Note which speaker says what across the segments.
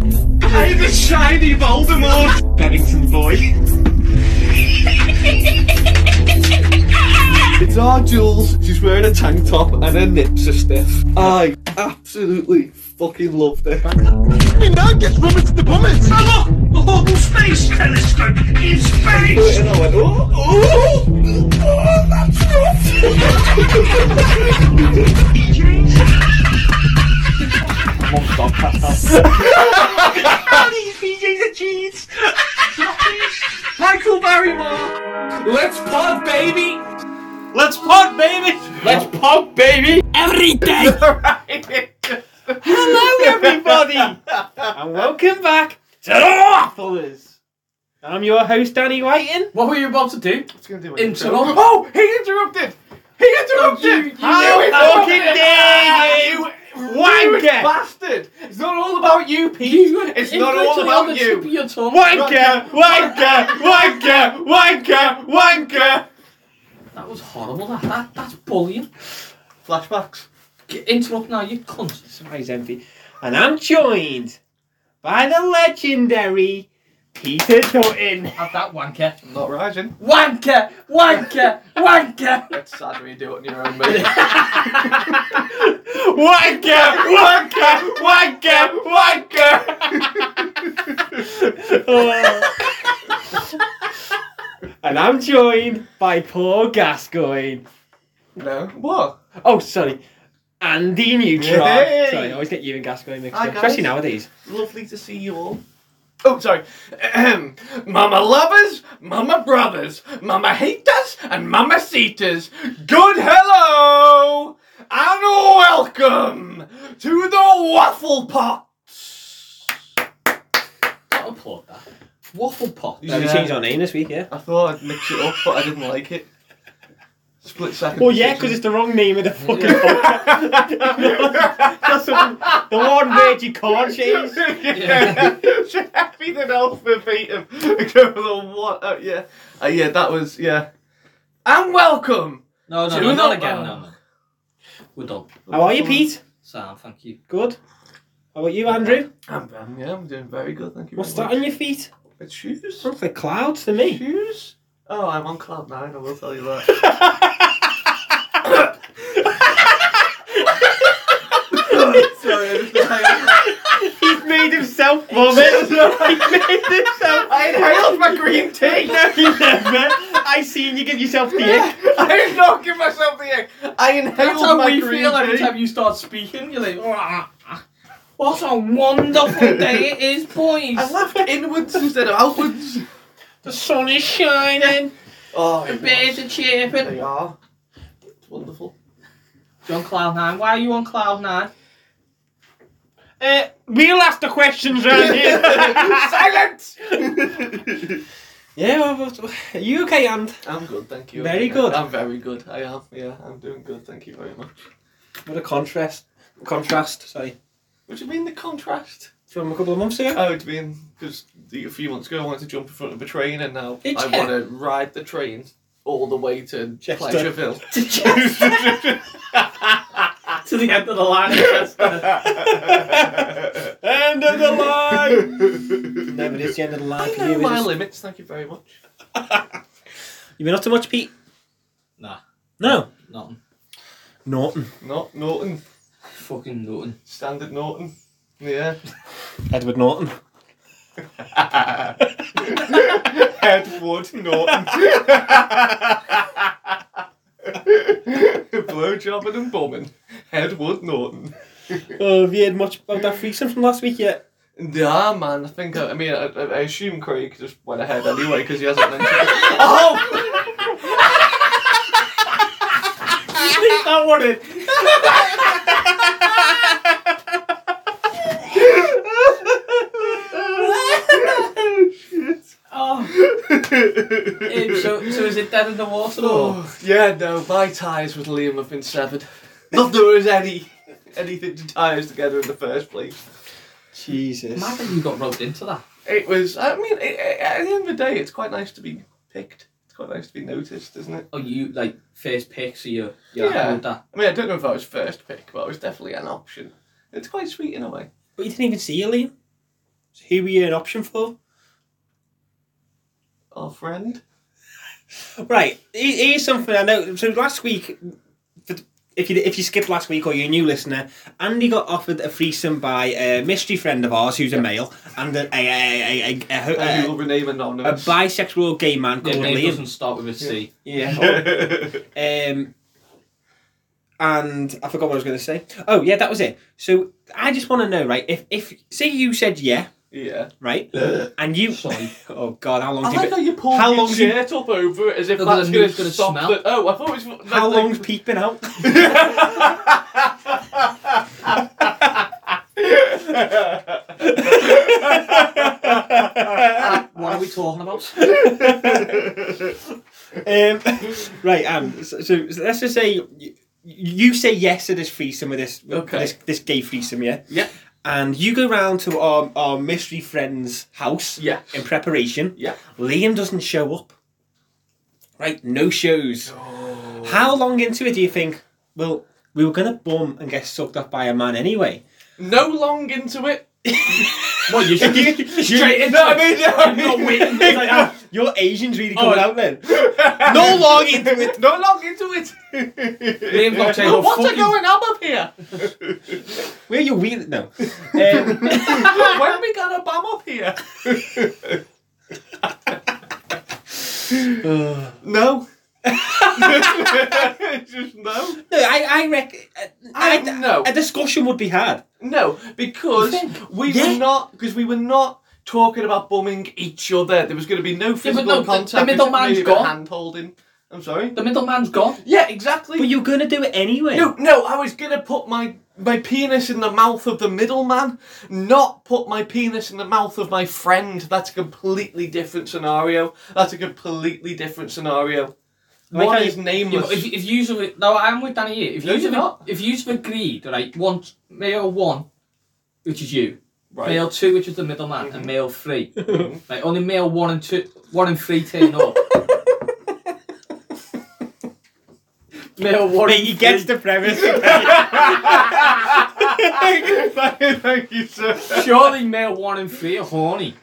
Speaker 1: I'm the shiny Voldemort! Bennington boy. It's our Jules. She's wearing a tank top and her nips are stiff. I absolutely fucking loved it.
Speaker 2: Fucking dog gets rummets to the bummets.
Speaker 3: Oh, look! The Hubble Space Telescope in space!
Speaker 1: And I went, oh, oh, oh, that's rough. Mum, stop, cut that.
Speaker 3: These BJs are cheats! Michael Barrymore!
Speaker 1: Let's pod, baby.
Speaker 4: Let's pod, baby.
Speaker 1: Let's pod, baby.
Speaker 4: Every day. Hello, everybody, and welcome back to the Wafflers. I'm your host, Danny Whiting.
Speaker 5: What were you about to do?
Speaker 2: It's gonna do my
Speaker 5: Interrupt.
Speaker 2: Oh, he interrupted. He interrupted.
Speaker 5: You- you
Speaker 2: How
Speaker 5: knew it.
Speaker 2: fucking
Speaker 5: Fucking
Speaker 2: dare you,
Speaker 4: wanker.
Speaker 2: rude bastard! It's not all about you, Pete. it's not all about you.
Speaker 5: your tongue.
Speaker 4: Wanker, wanker, wanker, wanker, wanker.
Speaker 5: That was horrible. That, that that's bullying.
Speaker 2: Flashbacks.
Speaker 5: Get, interrupt now, you cunt.
Speaker 4: Surprise empty. And I'm joined by the legendary Peter Dutton.
Speaker 5: Have that wanker.
Speaker 2: I'm not rising.
Speaker 5: Wanker, wanker, wanker.
Speaker 2: That's sad when you do it on your own, mate.
Speaker 4: Wanker! Wanker! Wanker! Wanker! and I'm joined by Paul Gascoigne.
Speaker 2: no. What?
Speaker 4: Oh, sorry. Andy Neutron.
Speaker 2: Yay!
Speaker 4: Sorry, I always get you and Gascoigne mixed
Speaker 2: Hi,
Speaker 4: up,
Speaker 2: guys.
Speaker 4: especially nowadays.
Speaker 2: Lovely to see you all. Oh, sorry. Ahem. mama lovers, mama brothers, mama haters, and mama seaters. Good hello and welcome to the Waffle Pot.
Speaker 5: Don't applaud that. Waffle pot.
Speaker 2: You
Speaker 4: Uh, we
Speaker 2: Yeah.
Speaker 4: changed our name this week, yeah?
Speaker 2: I thought I'd mix it up, but I didn't like it. Split second.
Speaker 4: Well, yeah, because it's the wrong name of the fucking podcast. That's the the one word you can't change.
Speaker 2: yeah. Happy than alphabet of what? Oh, yeah. Uh, yeah, that was yeah. And welcome.
Speaker 5: No, no,
Speaker 2: Do
Speaker 5: no,
Speaker 2: not-
Speaker 5: not again. No, no. We're done.
Speaker 4: How are you, Pete?
Speaker 5: Sam, thank you.
Speaker 4: Good. How about you, Andrew?
Speaker 2: I'm, I'm- yeah, I'm doing very good, thank you.
Speaker 4: What's
Speaker 2: very
Speaker 4: that on your feet?
Speaker 2: much. It's shoes.
Speaker 4: Look like clouds to me.
Speaker 2: Shoes? Oh, I'm on cloud nine. I will tell you that. Sorry, I just
Speaker 4: He's made himself vomit. He's made himself.
Speaker 2: I inhaled my green tea.
Speaker 4: No, you never. I seen you give yourself the ick.
Speaker 2: I did not give myself the egg. I inhaled
Speaker 5: That's how
Speaker 2: my
Speaker 5: we
Speaker 2: green
Speaker 5: feel every
Speaker 2: tea.
Speaker 5: time you start speaking. You're like, "Ah, ah, what a wonderful day it is, boys.
Speaker 2: I laughed inwards instead of outwards.
Speaker 4: The sun is shining.
Speaker 2: Oh,
Speaker 5: The
Speaker 2: it
Speaker 5: birds
Speaker 2: was.
Speaker 5: are chirping.
Speaker 2: They are. It's wonderful.
Speaker 5: You're on cloud nine. Why are you on cloud nine?
Speaker 4: Uh, we'll ask the questions round here.
Speaker 2: Silence!
Speaker 4: yeah, well, well, are you okay, and
Speaker 2: I'm good, thank you.
Speaker 4: Very good.
Speaker 2: I'm very good. I am. Yeah, I'm doing good. Thank you very much.
Speaker 4: what a contrast. Contrast, sorry.
Speaker 2: What do you mean the contrast?
Speaker 4: From a couple of months ago.
Speaker 2: Oh, it's been because a few months ago I wanted to jump in front of a train, and now
Speaker 5: Did
Speaker 2: I
Speaker 5: you?
Speaker 2: want to ride the train all the way to
Speaker 4: Chester.
Speaker 2: Pleasureville.
Speaker 5: to the end of the line. Just, uh,
Speaker 4: End of the line. Never is the end of the line.
Speaker 2: I
Speaker 4: for
Speaker 2: know
Speaker 4: you,
Speaker 2: my
Speaker 4: is it?
Speaker 2: limits. Thank you very much.
Speaker 4: You've been up to much, Pete?
Speaker 5: Nah.
Speaker 4: No.
Speaker 5: nothing.
Speaker 4: Norton.
Speaker 2: Not Norton.
Speaker 5: Fucking nothing.
Speaker 2: Standard Norton. Yeah.
Speaker 4: Edward Norton.
Speaker 2: Edward Norton. Blowjobbing and bumming. Edward Norton.
Speaker 4: Oh, have you heard much about that threesome from last week yet?
Speaker 2: Yeah, man. I think. I, I mean, I, I assume Craig just went ahead anyway because he hasn't mentioned. it. Oh,
Speaker 4: I want it.
Speaker 5: Oh, eh, so, so is it dead in the water or?
Speaker 2: Oh, yeah, no. My ties with Liam have been severed. Not that there was any anything to tie us together in the first place.
Speaker 4: Jesus.
Speaker 5: Mad that you got roped into that.
Speaker 2: It was. I mean, it, it- at the end of the day, it's quite nice to be picked. It's quite nice to be noticed, isn't it?
Speaker 5: Oh, you like first pick, so you you
Speaker 2: Yeah.
Speaker 5: yeah. with that.
Speaker 2: I mean, I don't know if I was first pick, but I was definitely an option. It's quite sweet in a way.
Speaker 4: But you didn't even see her, Liam. Who were you an option for?
Speaker 2: Our friend?
Speaker 4: Right, he- here's something I know. So last week, for th- if you if you skipped last week or you're a new listener, Andy got offered a threesome by a mystery friend of ours who's a male and a a a, a, a, a,
Speaker 2: And
Speaker 4: a,
Speaker 2: he Uh, will remain
Speaker 4: a
Speaker 2: anonymous.
Speaker 4: bisexual gay man called
Speaker 5: Their name
Speaker 4: Liam.
Speaker 5: doesn't start with a C.
Speaker 4: Yeah. Um, and I forgot what I was going to say. Oh yeah, that was it. So I just want to know, right? If if say you said yeah,
Speaker 2: yeah.
Speaker 4: right, and you
Speaker 5: Sorry.
Speaker 4: oh god, how long?
Speaker 2: I
Speaker 4: do you
Speaker 2: like
Speaker 4: been,
Speaker 2: how you pulled
Speaker 4: How
Speaker 2: your
Speaker 4: long's you-
Speaker 2: shirt up over it as if
Speaker 5: Look,
Speaker 2: that's
Speaker 5: the
Speaker 2: going
Speaker 5: nude's
Speaker 2: to
Speaker 5: gonna
Speaker 2: stop
Speaker 5: smell.
Speaker 2: the- Oh, I thought it was... that's
Speaker 4: how
Speaker 2: like-
Speaker 4: long's Pete been out?
Speaker 5: What are we talking about?
Speaker 4: Um, right, um, so, so let's just say you, you say yes to this threesome with this
Speaker 2: Okay.
Speaker 4: this this gay threesome, yeah.
Speaker 2: Yeah.
Speaker 4: And you go round to our, our mystery friend's house
Speaker 2: Yeah.
Speaker 4: in preparation.
Speaker 2: Yeah.
Speaker 4: Liam doesn't show up. Right, no shows.
Speaker 5: Oh.
Speaker 4: How long into it do you think? Well, we were gonna bum and get sucked up by a man anyway.
Speaker 2: No long into it.
Speaker 5: What, you should just straight into
Speaker 2: No, I
Speaker 5: it.
Speaker 2: mean, no, I mean,
Speaker 5: Not waiting.
Speaker 4: It's like, ah, your Asian's really coming
Speaker 5: Oh.
Speaker 4: out then. no long into it.
Speaker 2: No long into it.
Speaker 5: Liam's not saying,
Speaker 2: What's
Speaker 5: fucking...
Speaker 2: going on up here?
Speaker 4: Where you wheel? No. Um,
Speaker 2: when we got a bomb up here? no. Just no.
Speaker 4: No, I, I reckon.
Speaker 2: I- no.
Speaker 4: A discussion would be had.
Speaker 2: No, because we
Speaker 4: Yeah.
Speaker 2: were not because we were not talking about bumming each other. There was going to be no physical
Speaker 5: no, the- the
Speaker 2: contact.
Speaker 5: middleman's gone.
Speaker 2: Hand holding. I'm sorry.
Speaker 5: The middleman's gone.
Speaker 2: Yeah, exactly.
Speaker 4: But you're gonna do it anyway.
Speaker 2: No, no, I was gonna put my my penis in the mouth of the middleman, not put my penis in the mouth of my friend. That's a completely different scenario. That's a completely different scenario.
Speaker 4: Like
Speaker 2: One
Speaker 4: I-
Speaker 2: is
Speaker 5: Yeah,
Speaker 2: nameless.
Speaker 5: but if, if you have no, I'm with Danny here. If
Speaker 2: No,
Speaker 5: you
Speaker 2: you're
Speaker 5: have
Speaker 2: not.
Speaker 5: if you've agreed, right, one male one, which is you,
Speaker 2: Right.
Speaker 5: male two, which is the middleman, and male 3 right, only male one and two, one and three turn up. male one.
Speaker 4: Mate, he gets the premise.
Speaker 2: Thank you, sir.
Speaker 5: Surely male one and three are horny.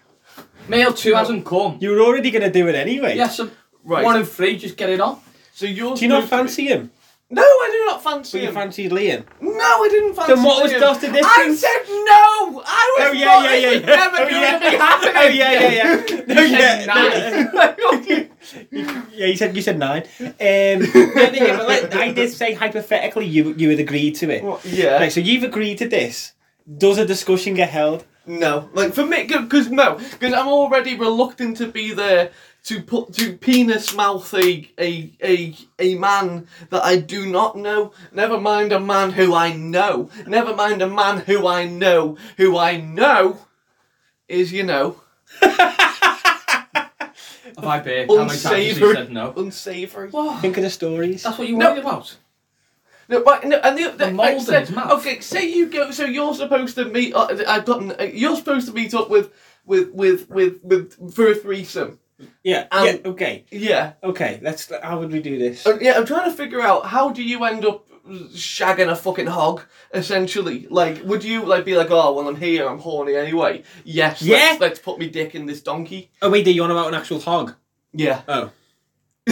Speaker 5: Male two hasn't come.
Speaker 4: you were already gonna do it anyway.
Speaker 5: Yeah, so
Speaker 2: Right.
Speaker 5: one and three, just get it on.
Speaker 2: So yours.
Speaker 4: Do you not
Speaker 2: moved to me.
Speaker 4: fancy him?
Speaker 2: No, I do not fancy
Speaker 4: But you
Speaker 2: him.
Speaker 4: fancied Liam.
Speaker 2: no, I didn't fancy
Speaker 4: Then what was
Speaker 2: him.
Speaker 4: just the
Speaker 2: I
Speaker 4: difference?
Speaker 2: said no. I was
Speaker 4: Oh yeah,
Speaker 2: not.
Speaker 4: yeah, yeah,
Speaker 2: This
Speaker 4: yeah.
Speaker 2: is never
Speaker 4: oh,
Speaker 2: going
Speaker 4: yeah.
Speaker 2: to be happening.
Speaker 4: Oh yeah, yeah, yeah. No, yeah,
Speaker 5: said
Speaker 4: no, yeah. yeah. You said you said nine. Um, no, no, yeah, but like, I did say hypothetically you you had agreed to it.
Speaker 2: Well, yeah.
Speaker 4: Right, so you've agreed to this. Does a discussion get held?
Speaker 2: No, like for me, because no, because I'm already reluctant to be there to put to penis mouth a a a a man that I do not know. Never mind a man who I know. Never mind a man who I know. Who I know is you know
Speaker 5: Have I been? How many times has he
Speaker 2: unsavory.
Speaker 5: said no?
Speaker 2: Unsavory.
Speaker 5: What?
Speaker 4: Think of the stories.
Speaker 5: That's what you
Speaker 2: No.
Speaker 5: worried about.
Speaker 2: No, but no, and the, the,
Speaker 5: The mould
Speaker 2: like,
Speaker 5: in his
Speaker 2: say-
Speaker 5: mouth.
Speaker 2: Okay, say you go. So you're supposed to meet. Uh, I've gotten. Uh, you're supposed to meet up with with with with with for a threesome.
Speaker 4: Yeah.
Speaker 2: Um,
Speaker 4: yeah. Okay.
Speaker 2: Yeah.
Speaker 4: Okay. Let's. How would we do this?
Speaker 2: Uh, yeah, I'm trying to figure out how do you end up shagging a fucking hog essentially like would you like be like oh well i'm here i'm horny anyway yes
Speaker 4: Yeah.
Speaker 2: let's, let's put me dick in this donkey
Speaker 4: Oh wait, do you want about an actual hog?
Speaker 2: yeah
Speaker 4: Oh.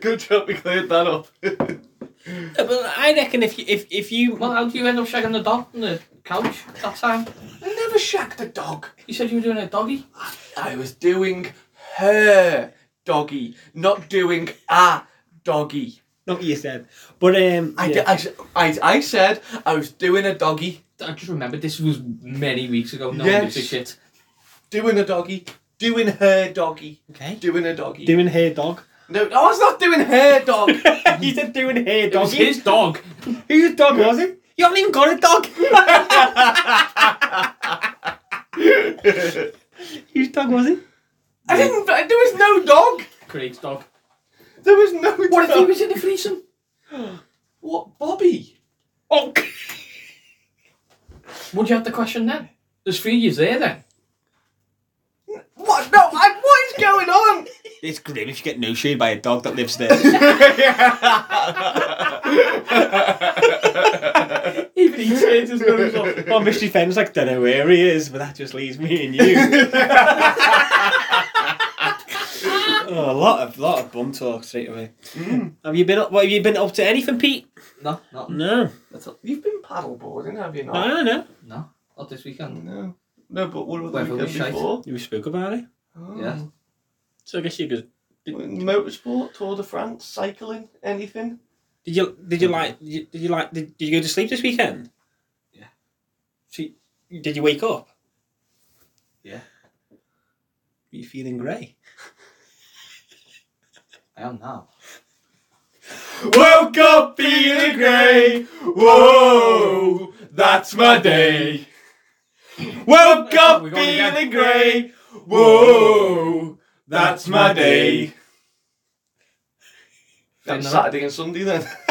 Speaker 2: good job we cleared that up
Speaker 4: No, but Uh, I reckon if you if if you
Speaker 5: Well, how do you end up shagging the dog on the couch that time?
Speaker 2: i never shagged a dog
Speaker 5: You said you were doing a doggy.
Speaker 2: i was doing her doggy not doing a doggy
Speaker 4: not what you said, but um,
Speaker 2: I,
Speaker 4: yeah.
Speaker 2: d- I s- I- I said i was doing a doggy
Speaker 5: I just remembered this was many weeks ago. No one
Speaker 2: Yes.
Speaker 5: gives a shit.
Speaker 2: doing a doggy doing her doggy
Speaker 4: okay.
Speaker 2: doing a doggy
Speaker 4: Doing hair dog.
Speaker 2: no i was not doing her dog
Speaker 4: you said doing hair
Speaker 5: It was
Speaker 4: doggy.
Speaker 5: his dog.
Speaker 4: Whose dog was it? You haven't even got a dog. Whose dog was it?
Speaker 2: I didn't. There was no dog.
Speaker 5: Craig's dog.
Speaker 2: There was no.
Speaker 5: What if
Speaker 2: dog.
Speaker 5: he was in the threesome?
Speaker 2: What, Bobby?
Speaker 4: Oh.
Speaker 5: Would you have the question then? There's three years there then.
Speaker 2: What? No. I, what is going on?
Speaker 4: It's grim if you get no shade by a dog that lives there.
Speaker 5: Even he turns his nose up.
Speaker 4: well, Mystery Fen's like, don't know where he is, but that just leaves me and you. oh, a lot of lot of bum talk straight away. Have you been up? What have you been up to? Anything, Pete?
Speaker 5: No, not,
Speaker 4: No,
Speaker 2: That's all- You've been paddleboarding, have you
Speaker 4: no, I
Speaker 2: not?
Speaker 4: don't know.
Speaker 5: no, not this weekend.
Speaker 2: No. No, but what about
Speaker 5: Weather
Speaker 2: the
Speaker 5: was
Speaker 2: weekend
Speaker 5: shite.
Speaker 2: before?
Speaker 4: You spoke about it,
Speaker 2: Oh.
Speaker 5: Yeah.
Speaker 4: so I guess you could.
Speaker 2: Mm. Motorsport, Tour de France, cycling, anything?
Speaker 4: Did you did you like did you, did you like did, did you go to sleep this weekend?
Speaker 5: Yeah.
Speaker 4: So you- did you wake up?
Speaker 5: Yeah.
Speaker 4: Were you feeling grey?
Speaker 5: I am now.
Speaker 6: Woke up feeling grey. Whoa, that's my day. Woke up
Speaker 5: We're going again.
Speaker 6: feeling grey. Whoa, that's my day.
Speaker 2: That was
Speaker 5: Finland.
Speaker 2: Saturday and Sunday then.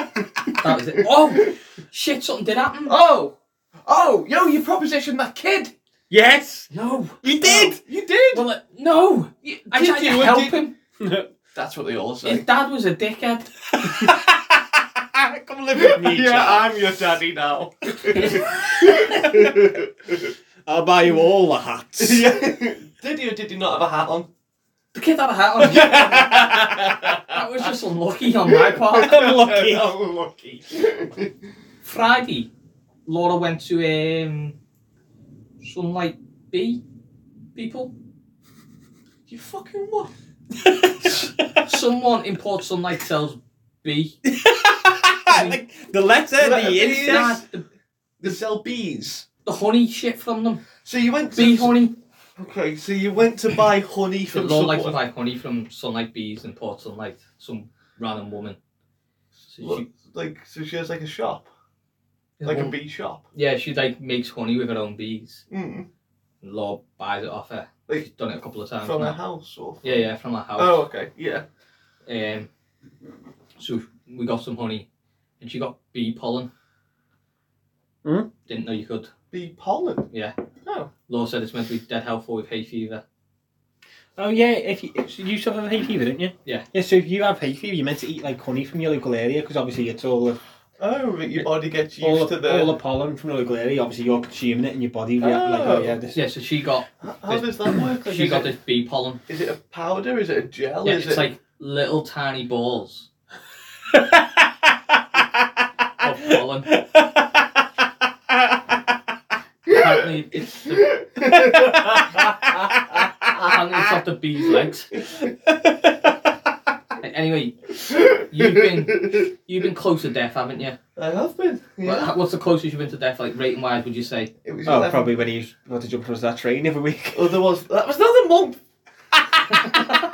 Speaker 5: That was it. Oh, shit! Something did happen.
Speaker 2: oh! Oh, yo, you propositioned that kid!
Speaker 4: Yes, Oh,
Speaker 5: No.
Speaker 4: you did.
Speaker 2: You did!
Speaker 5: Well, uh, no.
Speaker 2: You-
Speaker 5: I
Speaker 2: did
Speaker 5: tried
Speaker 2: you,
Speaker 5: to
Speaker 2: and
Speaker 5: help
Speaker 2: did-
Speaker 5: him.
Speaker 2: That's what they all say.
Speaker 5: His dad was a dickhead.
Speaker 4: ah, Come live with me.
Speaker 2: yeah,
Speaker 4: child.
Speaker 2: I'm your daddy now.
Speaker 4: I'll buy you all the hats.
Speaker 2: Did he or did he not have a hat on?
Speaker 5: The kid had a hat on. that was just unlucky on my part.
Speaker 4: Unlucky.
Speaker 2: Oh, lucky.
Speaker 5: Friday, Laura went to um, Sunlight B people.
Speaker 2: you fucking what?
Speaker 5: Someone in Port Sunlight sells B.
Speaker 4: like the letter,
Speaker 2: Letter
Speaker 4: the
Speaker 2: B.
Speaker 4: instant.
Speaker 5: Dad, the,
Speaker 2: They sell bees.
Speaker 5: the honey shit from them.
Speaker 2: So you went to
Speaker 5: Bee honey.
Speaker 2: Okay, so you went to buy honey
Speaker 5: It
Speaker 2: from
Speaker 5: was all like,
Speaker 2: someone.
Speaker 5: like honey from Sunlight Bees in Port Sunlight. Some random woman. So
Speaker 2: Look, like so she has like a shop,
Speaker 5: she,
Speaker 2: like a
Speaker 5: woman-
Speaker 2: bee shop.
Speaker 5: Yeah, she like makes honey with her own bees.
Speaker 2: Mm.
Speaker 5: And Laura buys it off her.
Speaker 2: Like,
Speaker 5: She's done it a couple of times.
Speaker 2: From
Speaker 5: now.
Speaker 2: a house or.
Speaker 5: Yeah, yeah, from her house.
Speaker 2: Oh, okay, yeah.
Speaker 5: Um, so we got some honey, and she got bee pollen.
Speaker 4: Hmm?
Speaker 5: Didn't know you could.
Speaker 2: Bee pollen.
Speaker 5: Yeah.
Speaker 2: Oh.
Speaker 5: Law said it's meant to be dead helpful with hay fever.
Speaker 4: Oh yeah, if you so you suffer from hay fever, don't you?
Speaker 5: Yeah.
Speaker 4: Yeah. So if you have hay fever, you're meant to eat like honey from your local area because obviously it's all the
Speaker 2: Oh, but your body gets used
Speaker 4: all
Speaker 2: to
Speaker 4: the,
Speaker 2: the.
Speaker 4: all the pollen from the local area. Obviously you're consuming it and your body react like oh yeah this.
Speaker 5: Yeah, so she got
Speaker 2: How does that work? Like,
Speaker 5: she
Speaker 2: is,
Speaker 5: got
Speaker 2: it,
Speaker 5: this bee pollen.
Speaker 2: is it a powder? Is it a gel?
Speaker 5: Yeah,
Speaker 2: is
Speaker 5: Oh, it's
Speaker 2: it
Speaker 5: like little tiny balls of pollen. apparently, it's the, apparently it's off the bee's legs. anyway, you've been you've been close to death, haven't you?
Speaker 2: I have been. Yeah.
Speaker 5: What- What's the closest you've been to death, like rating wise? Would you say?
Speaker 2: it was
Speaker 4: Oh,
Speaker 2: 11.
Speaker 4: probably when he got to jump across that train every week.
Speaker 2: Oh, there was. That was another month. I,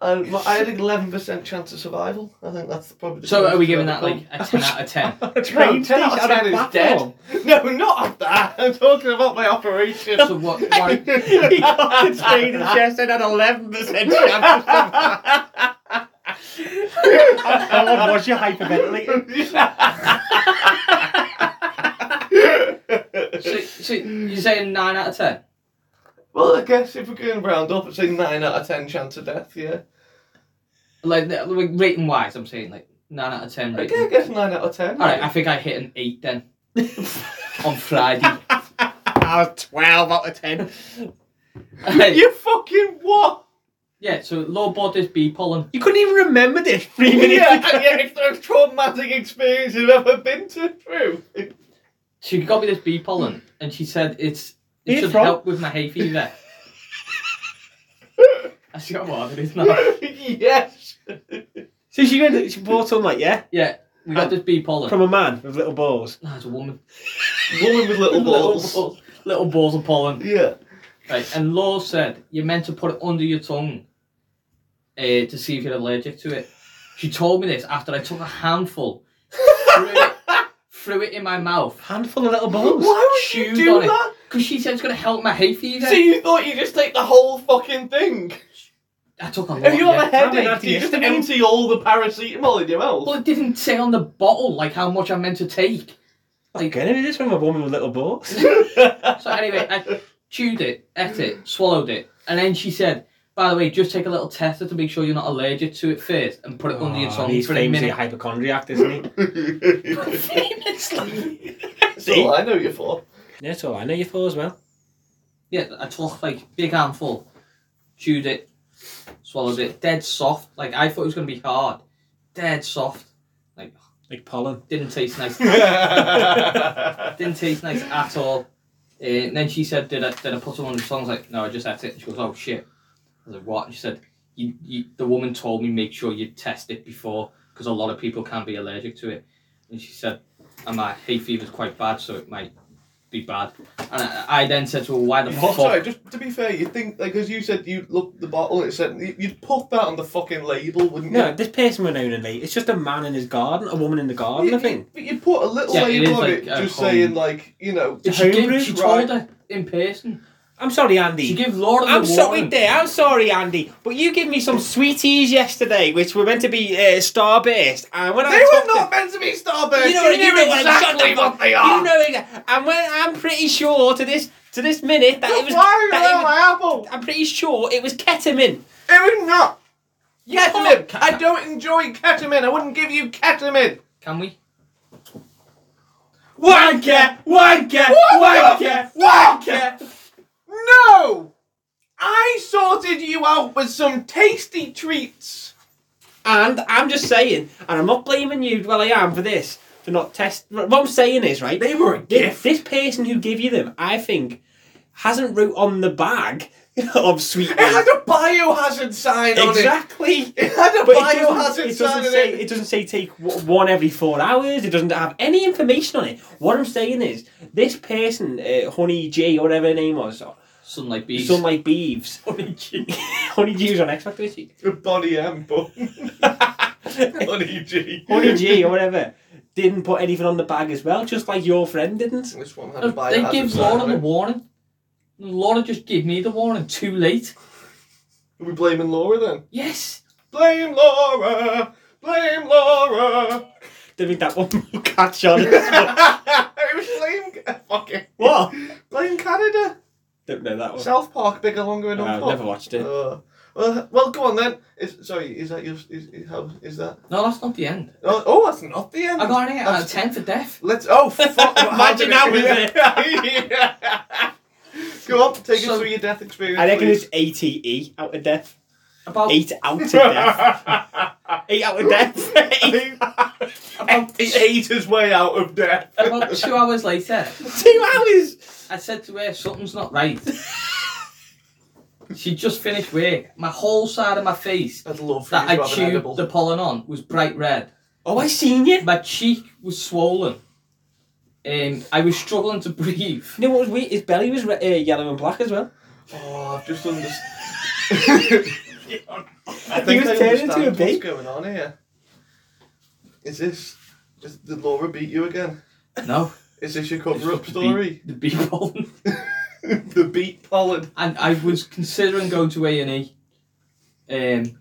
Speaker 2: Um, well, I had an eleven percent chance of survival. I think that's probably. The
Speaker 5: So are we
Speaker 2: closest
Speaker 5: giving
Speaker 2: I've
Speaker 5: that
Speaker 2: ever
Speaker 5: like a ten out of ten?
Speaker 4: A
Speaker 2: come. No, ten out of ten is dead. No, not at that. I'm talking about my operation.
Speaker 5: So what? Why?
Speaker 4: he got the train in the chest and had eleven percent chance. How was you hyperventilating?
Speaker 5: So, so you're saying nine out of ten?
Speaker 2: well, I guess if we're going to round up, it's a nine out of ten chance of death. Yeah,
Speaker 5: Like, like rating wise, I'm saying like nine out of ten
Speaker 2: I guess, I
Speaker 5: rating.
Speaker 2: guess nine out of ten.
Speaker 5: All right, I think I hit an eight then on Friday.
Speaker 4: I was twelve out of ten.
Speaker 2: you fucking what?
Speaker 5: yeah. So Law bought this bee pollen.
Speaker 4: You couldn't even remember this three minutes
Speaker 2: yeah,
Speaker 4: ago.
Speaker 2: yeah, it's the most traumatic experience you've ever been to through.
Speaker 5: She got me this bee pollen, and she said it's it
Speaker 4: It's
Speaker 5: should
Speaker 4: wrong.
Speaker 5: help with my hay fever. I see what I'm it's not.
Speaker 2: yes.
Speaker 4: So she went. She bought some like yeah
Speaker 5: Yeah, we got this bee pollen.
Speaker 4: from a man with little balls.
Speaker 5: no, it's a woman.
Speaker 2: Woman with little balls.
Speaker 5: Little balls, little balls of pollen.
Speaker 2: Yeah.
Speaker 5: Right, and Law said you're meant to put it under your tongue uh, to see if you're allergic to it. She told me this after I took a handful, threw it, threw it in my mouth,
Speaker 4: Handful of little balls.
Speaker 2: Why would you
Speaker 5: chewed
Speaker 2: do
Speaker 5: on it.
Speaker 2: that?
Speaker 5: because she said it's going to help my hay fever.
Speaker 2: So you thought you just take the whole fucking thing?
Speaker 5: I took a lot.
Speaker 2: If you have
Speaker 5: yeah.
Speaker 2: a
Speaker 4: mean,
Speaker 2: headache,
Speaker 4: that's
Speaker 2: do you just
Speaker 4: the thing.
Speaker 2: empty all the paracetamol in your
Speaker 5: well,
Speaker 2: mouth?
Speaker 5: it didn't say on the bottle like how much I'm meant to take.
Speaker 4: Again, who is this from a woman with little balls?
Speaker 5: So anyway, I chewed it, ate it, swallowed it, and then she said, By the way, just take a little tester to make sure you're not allergic to it first and put it under your
Speaker 4: Oh,
Speaker 5: tongue
Speaker 4: he's
Speaker 5: for a
Speaker 4: famously a
Speaker 5: minute.
Speaker 4: hypochondriac, isn't he?
Speaker 5: Famously.
Speaker 2: That's all I know you for.
Speaker 4: yeah, that's all I know you for as well.
Speaker 5: Yeah, I took like big handful, chewed it, swallowed it, dead soft. Like I thought it was gonna be hard, dead soft. Like
Speaker 4: Like pollen.
Speaker 5: didn't taste nice.
Speaker 2: That's
Speaker 5: didn't taste nice at all. Uh, and then she said, "Did I did I put someone in the songs?" Like, no, I just ate it. And she goes, "Oh shit!" I was like, "What?" And she said, you, you, "The woman told me make sure you test it before because a lot of people can be allergic to it." And she said, "And my hay fever's quite bad, so it might be bad." And I, I then said to her, "Why the fuck?"
Speaker 2: Sorry, just to be fair, you think like as you said, you looked the bottle and it said you- you'd put that on the fucking label, wouldn't you?
Speaker 4: No, this person we're known in Lee, it's just a man in his garden, a woman in the garden,
Speaker 2: You-
Speaker 4: I think.
Speaker 2: you- But you put a little
Speaker 5: Yeah, it
Speaker 2: label
Speaker 5: is
Speaker 2: on
Speaker 5: like
Speaker 2: it,
Speaker 5: a
Speaker 2: just
Speaker 5: home-
Speaker 2: saying like you know.
Speaker 5: Did she, give,
Speaker 4: Homebrew,
Speaker 5: she
Speaker 2: right.
Speaker 5: told her in person.
Speaker 4: I'm sorry, Andy.
Speaker 5: She gave Laura
Speaker 4: I'm
Speaker 5: the
Speaker 4: sorry,
Speaker 5: warning.
Speaker 4: dear. I'm sorry, Andy. But you gave me some sweeties yesterday, which were meant to be uh, Starburst, and when I
Speaker 2: They were
Speaker 4: topped
Speaker 2: not
Speaker 4: it-
Speaker 2: meant to be Starburst. You,
Speaker 4: know-
Speaker 2: knew
Speaker 4: know
Speaker 2: exactly what they
Speaker 4: You
Speaker 2: are.
Speaker 4: know, exa- and when I'm pretty sure to this to this minute that it was.
Speaker 2: Why
Speaker 4: that
Speaker 2: are you
Speaker 4: it
Speaker 2: on
Speaker 4: was-
Speaker 2: my apple?
Speaker 4: I'm pretty sure it was ketamine.
Speaker 2: It was not. Ketamine.
Speaker 5: can't-
Speaker 2: I don't enjoy ketamine. I wouldn't give you ketamine.
Speaker 5: Can we?
Speaker 4: Wanker, wanker,
Speaker 2: What the fuck? No! I sorted you out with some tasty treats.
Speaker 4: And I'm just saying, and I'm not blaming you, well, I am for this, for not test. What I'm saying is, right?
Speaker 2: They were a
Speaker 4: This, this person who gave you them, I think, hasn't wrote on the bag of sweet.
Speaker 2: It had a biohazard sign on it.
Speaker 4: exactly.
Speaker 2: It had a
Speaker 4: But it doesn't,
Speaker 2: biohazard
Speaker 4: it
Speaker 2: sign
Speaker 4: doesn't
Speaker 2: on
Speaker 4: say
Speaker 2: it.
Speaker 4: it doesn't say take w- one every four hours. It doesn't have any information on it. What I'm saying is, this person, uh, Honey J, or whatever her name was, or
Speaker 5: Sunlight bees.
Speaker 4: some like Beeves,
Speaker 5: Sunlight bees.
Speaker 4: Honey J was on X Factor. isn't she?
Speaker 2: Bonnie M, but Bonnie G.
Speaker 4: Honey J or whatever didn't put anything on the bag as well, just like your friend didn't.
Speaker 2: This one had a
Speaker 5: They
Speaker 2: biohazard
Speaker 5: gave
Speaker 2: sign
Speaker 5: Laura
Speaker 2: on
Speaker 5: the
Speaker 2: it.
Speaker 5: warning. Laura just gave me the warning too late.
Speaker 2: Are we blaming Laura then?
Speaker 5: Yes.
Speaker 2: Blame Laura! Blame Laura!
Speaker 4: Don't think that one will catch on. what?
Speaker 2: it was blame. Fuck it. Blame Canada!
Speaker 4: Don't know that one.
Speaker 2: South Park, bigger, longer, and
Speaker 4: No, I've
Speaker 2: uncut.
Speaker 4: never watched it.
Speaker 2: Uh, well, well, go on then. Is, sorry, is that your? Is, is, how is that?
Speaker 5: No, that's not the end.
Speaker 2: Oh, oh, that's not the end.
Speaker 5: I got an 8 out of
Speaker 2: That's-
Speaker 5: 10 for death.
Speaker 2: Let's. Oh, fuck!
Speaker 4: Imagine that was
Speaker 2: it. go on, take
Speaker 5: So-
Speaker 2: us through your death experience.
Speaker 4: I reckon
Speaker 2: please.
Speaker 4: it's ATE out of death.
Speaker 5: About
Speaker 4: Eight out of death. Eight out of death. Eight
Speaker 2: he ate his way out of death.
Speaker 5: about two hours later,
Speaker 4: two hours.
Speaker 5: I said to her, something's not right. she just finished work. My whole side of my face
Speaker 2: I'd love for
Speaker 5: that
Speaker 2: you
Speaker 5: I
Speaker 2: to have an
Speaker 5: chewed
Speaker 2: edible.
Speaker 5: the pollen on was bright red.
Speaker 4: Oh, I seen you.
Speaker 5: My cheek was swollen. Um, I was struggling to breathe.
Speaker 4: You know what was weird? His belly was re- uh, yellow and black as well.
Speaker 2: Oh, I've just understood. I think
Speaker 4: was
Speaker 2: I
Speaker 4: turning into a
Speaker 2: understand what's
Speaker 4: bee.
Speaker 2: going on here. Is this? Is, did Laura beat you again?
Speaker 5: No.
Speaker 2: Is this your cover-up
Speaker 5: The
Speaker 2: story?
Speaker 5: bee- The bee pollen.
Speaker 2: the beat pollen.
Speaker 5: and I was considering going to A and E, um,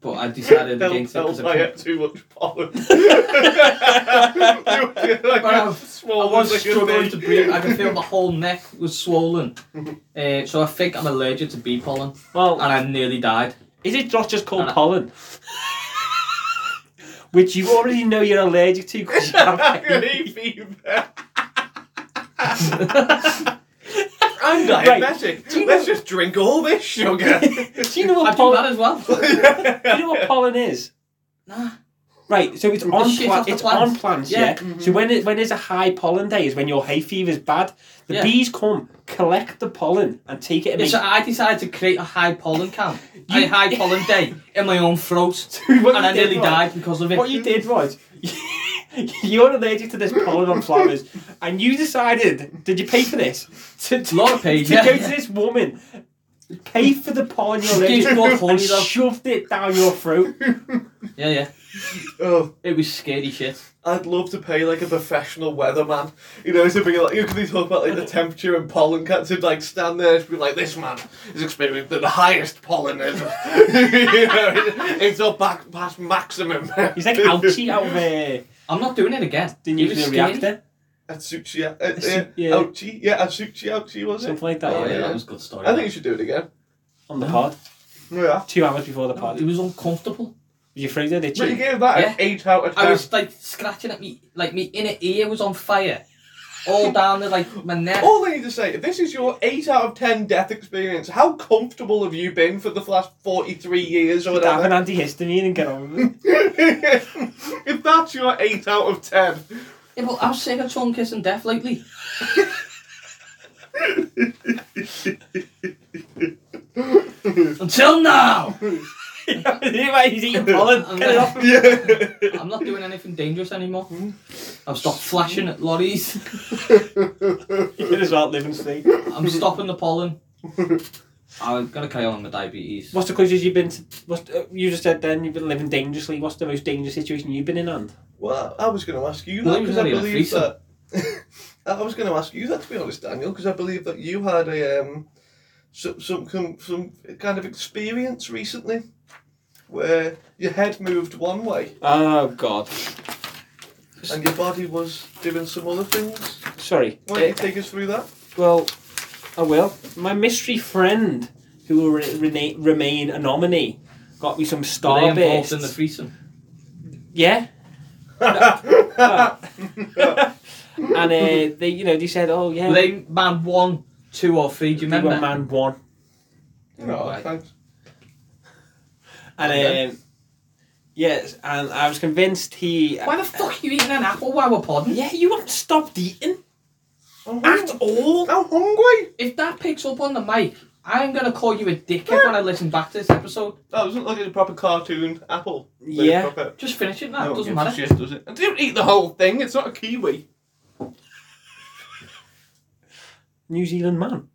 Speaker 5: but I decided
Speaker 2: Tell-
Speaker 5: against it
Speaker 2: tell
Speaker 5: because
Speaker 2: us
Speaker 5: I,
Speaker 2: I
Speaker 5: couldn't-
Speaker 2: had too much pollen. Like
Speaker 5: But I
Speaker 2: a
Speaker 5: was-
Speaker 2: swollen
Speaker 4: Oh,
Speaker 5: I was
Speaker 2: like a
Speaker 5: struggling
Speaker 2: bee.
Speaker 5: to breathe. I could feel my whole neck was swollen, uh, so I think I'm allergic to bee pollen,
Speaker 4: Well,
Speaker 5: and I nearly died.
Speaker 4: is it not just called
Speaker 5: And I-
Speaker 4: pollen? Which you already know you're allergic to. 'cause you have it.
Speaker 2: Hay fever. I'm diabetic. Let's just drink all this sugar.
Speaker 4: Do you know
Speaker 5: I
Speaker 4: what
Speaker 5: do
Speaker 4: pollen?
Speaker 5: that as well.
Speaker 4: Do you know what pollen is?
Speaker 5: Nah.
Speaker 4: Right, so it's on
Speaker 5: shit
Speaker 4: pla-
Speaker 5: off the
Speaker 4: it's
Speaker 5: plants.
Speaker 4: on plants, yeah.
Speaker 5: Yeah. Mm-hmm.
Speaker 4: So when it when there's a high pollen day is when your hay fever's bad. The
Speaker 5: Yeah.
Speaker 4: bees come, collect the pollen, and take it. And
Speaker 5: Yeah,
Speaker 4: make,
Speaker 5: so I decided to create a high pollen camp, a high pollen day in my own throat,
Speaker 4: What
Speaker 5: and
Speaker 4: you
Speaker 5: I
Speaker 4: did
Speaker 5: nearly
Speaker 4: was-
Speaker 5: died because of it.
Speaker 4: What you did was, you're allergic to this pollen on flowers, and you decided, did you pay for this? To, to,
Speaker 5: Laura paid,
Speaker 4: to
Speaker 5: yeah.
Speaker 4: go to this woman, pay for the pollen you're allergic
Speaker 5: Gives
Speaker 4: to,
Speaker 5: more honey,
Speaker 4: and
Speaker 5: though.
Speaker 4: shoved it down your throat.
Speaker 5: Yeah, yeah.
Speaker 2: oh,
Speaker 5: It was scary shit.
Speaker 2: I'd love to pay like a professional weatherman, you know, to be like, you know, 'cause they talk about like the temperature and pollen cats to like stand there and just be like, this man is experiencing the highest pollen ever. you know, it- it's up back past maximum.
Speaker 4: He's like ouchie out of uh,
Speaker 5: I'm not doing it again.
Speaker 4: the
Speaker 5: It was
Speaker 4: nuclear
Speaker 5: scary.
Speaker 4: reactor,
Speaker 2: Atsuchi, uh, uh,
Speaker 4: Yeah.
Speaker 2: ouchie, yeah, Atsuchi, ouchie, was it?
Speaker 4: something like that.
Speaker 5: Oh
Speaker 4: yeah.
Speaker 5: yeah, that was a good story.
Speaker 2: I think you should do it again. Oh,
Speaker 4: on the pod.
Speaker 2: Yeah.
Speaker 4: Two hours before the pod.
Speaker 5: It was uncomfortable.
Speaker 4: Were you through there, did
Speaker 2: But
Speaker 4: you?
Speaker 2: you gave that
Speaker 5: Yeah.
Speaker 2: an 8 out of 10.
Speaker 5: I was like scratching at me, like my inner ear was on fire, all down the like my neck.
Speaker 2: All I need to say, if this is your 8 out of 10 death experience, how comfortable have you been for the last 43 years or
Speaker 4: You'd Have an
Speaker 2: whatever?
Speaker 4: antihistamine and get on with it.
Speaker 2: if that's your 8 out of 10,
Speaker 5: Yeah, but I'm sick of tongue kissing death lately. Until now,
Speaker 4: Anyway, he's eating pollen. Get it off. him.
Speaker 5: I'm not doing anything dangerous anymore. I've stopped flashing at lorries.
Speaker 4: You could as well live and sleep.
Speaker 5: I'm stopping the pollen. I'm gonna carry on with my diabetes.
Speaker 4: What's the quizzes you've been to? What's uh, you just said then you've been living dangerously. What's the most dangerous situation you've been in? And
Speaker 2: Well, I was going to ask you
Speaker 5: Well,
Speaker 2: that
Speaker 5: it was
Speaker 2: because I
Speaker 5: only a
Speaker 2: believe
Speaker 5: threesome.
Speaker 2: that. I was going to ask you that to be honest, Daniel, because I believe that you had a um, some some com- some kind of experience recently where your head moved one way
Speaker 4: oh god,
Speaker 2: and your body was doing some other things.
Speaker 4: sorry.
Speaker 2: Why don't you
Speaker 4: Uh,
Speaker 2: take us through that?
Speaker 4: Well, I will. My mystery friend, who will re- rena- remain a nominee, got me some
Speaker 5: Were they involved in the
Speaker 4: Starbase.
Speaker 5: threesome?
Speaker 4: yeah. and uh, they, you know, they said, "Oh yeah,
Speaker 5: Were they man one, two, or three? Do you
Speaker 4: they were
Speaker 5: remember?
Speaker 4: man one."
Speaker 2: No,
Speaker 5: Right.
Speaker 2: thanks.
Speaker 4: And um, yes, and I was convinced he.
Speaker 5: Why the fuck are you eating an apple while we're podding?
Speaker 4: Yeah, you haven't stopped eating
Speaker 2: I'm
Speaker 4: at
Speaker 2: hungry.
Speaker 4: all.
Speaker 2: I'm hungry.
Speaker 5: If that picks up on the mic, I'm gonna call you a dickhead when I listen back to this episode.
Speaker 2: That Oh, doesn't look like a proper cartoon apple.
Speaker 4: Yeah.
Speaker 2: Proper-
Speaker 5: Just finish it now.
Speaker 2: No,
Speaker 5: it doesn't
Speaker 2: one
Speaker 5: matter.
Speaker 2: gives a Shit, does it? And don't eat the whole thing. It's not a kiwi.
Speaker 4: New Zealand man,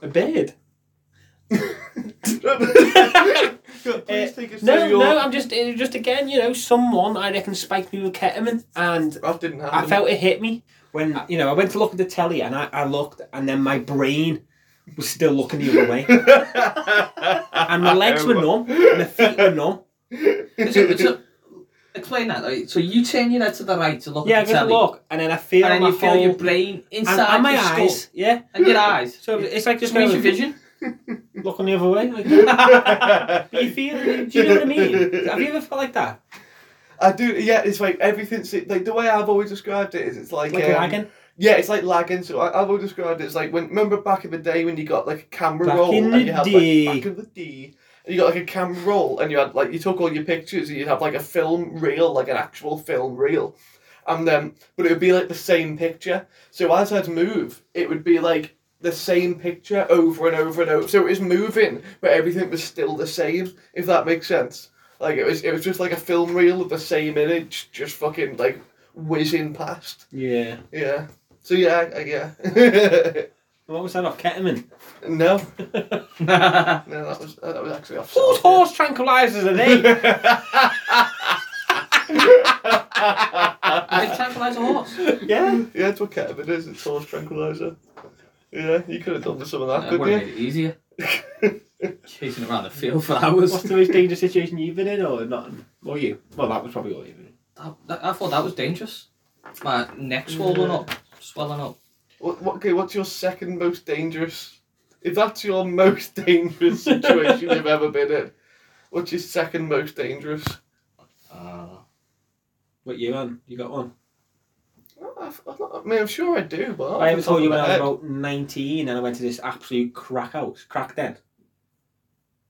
Speaker 4: a bird.
Speaker 2: Please take us
Speaker 4: Uh, No,
Speaker 2: through your.
Speaker 4: no, I'm just, it was just again, you know, someone I reckon spiked me with ketamine, and
Speaker 2: that didn't happen.
Speaker 4: I felt it hit me when you know I went to look at the telly, and I, I looked, and then my brain was still looking the other way, and my legs were numb, and my feet were numb.
Speaker 5: So- so- explain that. Like, so you turn your head to the right to look
Speaker 4: Yeah, I
Speaker 5: at the
Speaker 4: go to
Speaker 5: telly,
Speaker 4: look, and then I feel
Speaker 5: and then
Speaker 4: my
Speaker 5: you feel
Speaker 4: whole-
Speaker 5: your brain
Speaker 4: and,
Speaker 5: inside
Speaker 4: and my
Speaker 5: your skull.
Speaker 4: eyes, yeah.
Speaker 5: and your eyes.
Speaker 4: So it's like
Speaker 5: Just
Speaker 4: just
Speaker 5: lose
Speaker 4: going
Speaker 5: your vision.
Speaker 4: looking the other way. Like, you feel? Do you know what I mean? Have you ever felt like that?
Speaker 2: I do. Yeah, it's like everything's like the way I've always described it is it's like,
Speaker 4: Like
Speaker 2: um,
Speaker 4: lagging?
Speaker 2: Yeah, it's like lagging. So I, I've always described it as like when remember back in the day when you got like a camera
Speaker 4: Back
Speaker 2: roll
Speaker 4: in
Speaker 2: and
Speaker 4: the
Speaker 2: you had
Speaker 4: day.
Speaker 2: like back in the day. And you got like a camera roll and you had like you took all your pictures and you'd have like a film reel, like an actual film reel. And um but it would be like the same picture. So as I'd move, it would be like the same picture over and over and over. So it was moving, but everything was still the same, if that makes sense. Like it was it was just like a film reel of the same image, just fucking like whizzing past.
Speaker 4: Yeah.
Speaker 2: Yeah. So yeah, I, I- yeah.
Speaker 4: What was that off ketamine?
Speaker 2: no. no, that was uh, that was actually off.
Speaker 4: Whose horse tranquilizers are they?
Speaker 5: Did it tranquilise a horse?
Speaker 4: yeah.
Speaker 2: Yeah, it's what ketamine is. It's horse tranquilizer. Yeah, you could have done with some of that,
Speaker 5: That would have
Speaker 2: couldn't
Speaker 5: made it easier. Chasing around the field for hours.
Speaker 4: What's the most dangerous situation you've been in, or not? Or you? Well, that was probably all you've been in.
Speaker 5: That, that, I thought that was dangerous. My neck swollen up, swelling up.
Speaker 2: you? What, what, okay, what's your second most dangerous? If that's your most dangerous situation you've ever been in, what's your second most dangerous?
Speaker 5: Uh,
Speaker 4: What you on? You got one.
Speaker 2: Oh, I, I'm not- I mean, I'm sure I do, but
Speaker 4: I ever told you when I was
Speaker 2: wrong.
Speaker 4: about nineteen, and I went to this absolute crack house, crack den.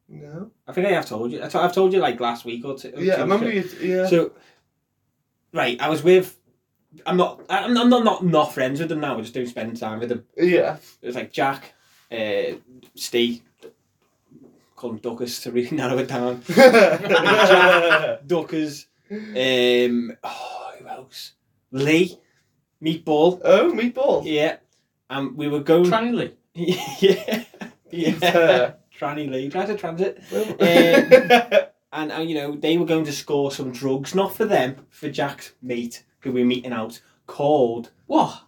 Speaker 2: No.
Speaker 4: I think I have told you. I to- I've told you like last week or two. or
Speaker 2: Yeah, I
Speaker 4: two
Speaker 2: remember
Speaker 4: weeks
Speaker 2: you. Yeah.
Speaker 4: So, right, I was with. I'm not. I'm, I'm not, not not friends with them now. I just don't spend time with them.
Speaker 2: yeah.
Speaker 4: It was like Jack, uh, Steve. Call him Duckers to really narrow it down. Jack, Duckers, um, oh, who else? Lee, Meatball.
Speaker 2: Oh, meatball.
Speaker 4: Yeah, and we were going.
Speaker 5: Tranny Lee.
Speaker 4: yeah, yeah.
Speaker 2: Yeah.
Speaker 4: Tranny Lee, try to transit.
Speaker 2: Yeah.
Speaker 4: and uh, you know they were going to score some drugs, not for them, for Jack's mate who we were meeting out. Called
Speaker 5: What?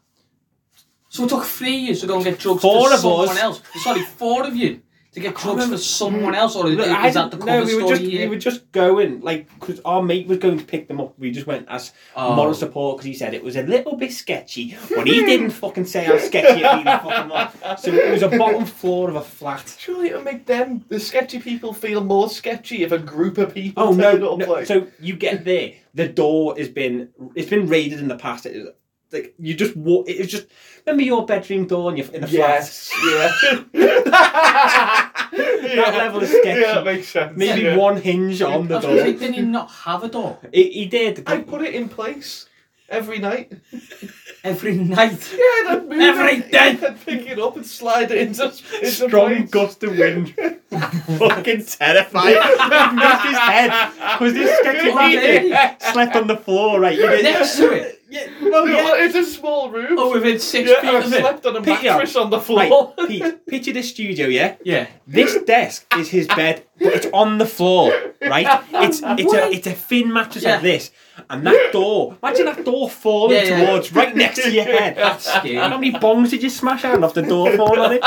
Speaker 5: So it took three years to go and get drugs
Speaker 4: Four
Speaker 5: for
Speaker 4: of
Speaker 5: someone
Speaker 4: us.
Speaker 5: else. Sorry, four of you to get
Speaker 4: can't
Speaker 5: drugs
Speaker 4: remember-
Speaker 5: for someone else, or is,
Speaker 4: Look, I
Speaker 5: is that the
Speaker 4: didn't-
Speaker 5: cover
Speaker 4: no, we
Speaker 5: story
Speaker 4: were just,
Speaker 5: here?
Speaker 4: We were just going, like, because our mate was going to pick them up. We just went as
Speaker 5: Oh.
Speaker 4: moral support because he said it was a little bit sketchy, but he didn't fucking say how sketchy it really fucking was. So it was a bottom floor of a flat.
Speaker 2: Surely it would make them, the sketchy people, feel more sketchy if a group of people
Speaker 4: Oh no,
Speaker 2: turned up
Speaker 4: no!
Speaker 2: like-
Speaker 4: So you get there, the door has been it's been raided in the past. It is like you just walk. It's just remember your bedroom door and you're in the
Speaker 2: yes,
Speaker 4: flat.
Speaker 2: yeah.
Speaker 4: That level of sketchy.
Speaker 2: Yeah, that makes sense.
Speaker 4: Maybe
Speaker 2: yeah.
Speaker 4: one hinge on
Speaker 5: I
Speaker 4: the
Speaker 5: was gonna say,
Speaker 4: door.
Speaker 5: didn't he not have a door
Speaker 4: He, he did.
Speaker 2: I put it in place every night.
Speaker 5: every night?
Speaker 2: Yeah, and I'd move
Speaker 5: Every
Speaker 2: it,
Speaker 5: day.
Speaker 2: I'd pick it up and slide it into, into
Speaker 4: strong
Speaker 2: place.
Speaker 4: gust of wind. Fucking terrifying. He knocked his head because this sketchy
Speaker 5: What
Speaker 4: man
Speaker 5: happened?
Speaker 4: slept on the floor, right? You did-
Speaker 5: Next to it,
Speaker 4: Yeah, well,
Speaker 2: No,
Speaker 4: Oh, yeah. Oh,
Speaker 2: It's a small room.
Speaker 5: or within six
Speaker 2: yeah,
Speaker 5: feet
Speaker 2: I
Speaker 5: of it.
Speaker 2: slept on a
Speaker 4: Pick it up.
Speaker 2: mattress on the floor.
Speaker 4: Right, Pete, picture this studio, yeah?
Speaker 5: Yeah,
Speaker 4: This desk is his bed, but it's on the floor, right? It's it's a
Speaker 5: Why?
Speaker 4: it's a thin mattress
Speaker 5: Yeah.
Speaker 4: like this, and that door. Imagine that door falling
Speaker 5: Yeah, yeah.
Speaker 4: towards right next to your head.
Speaker 5: that's
Speaker 4: How
Speaker 5: scary.
Speaker 4: many bombs did you smash out off the door falling on it?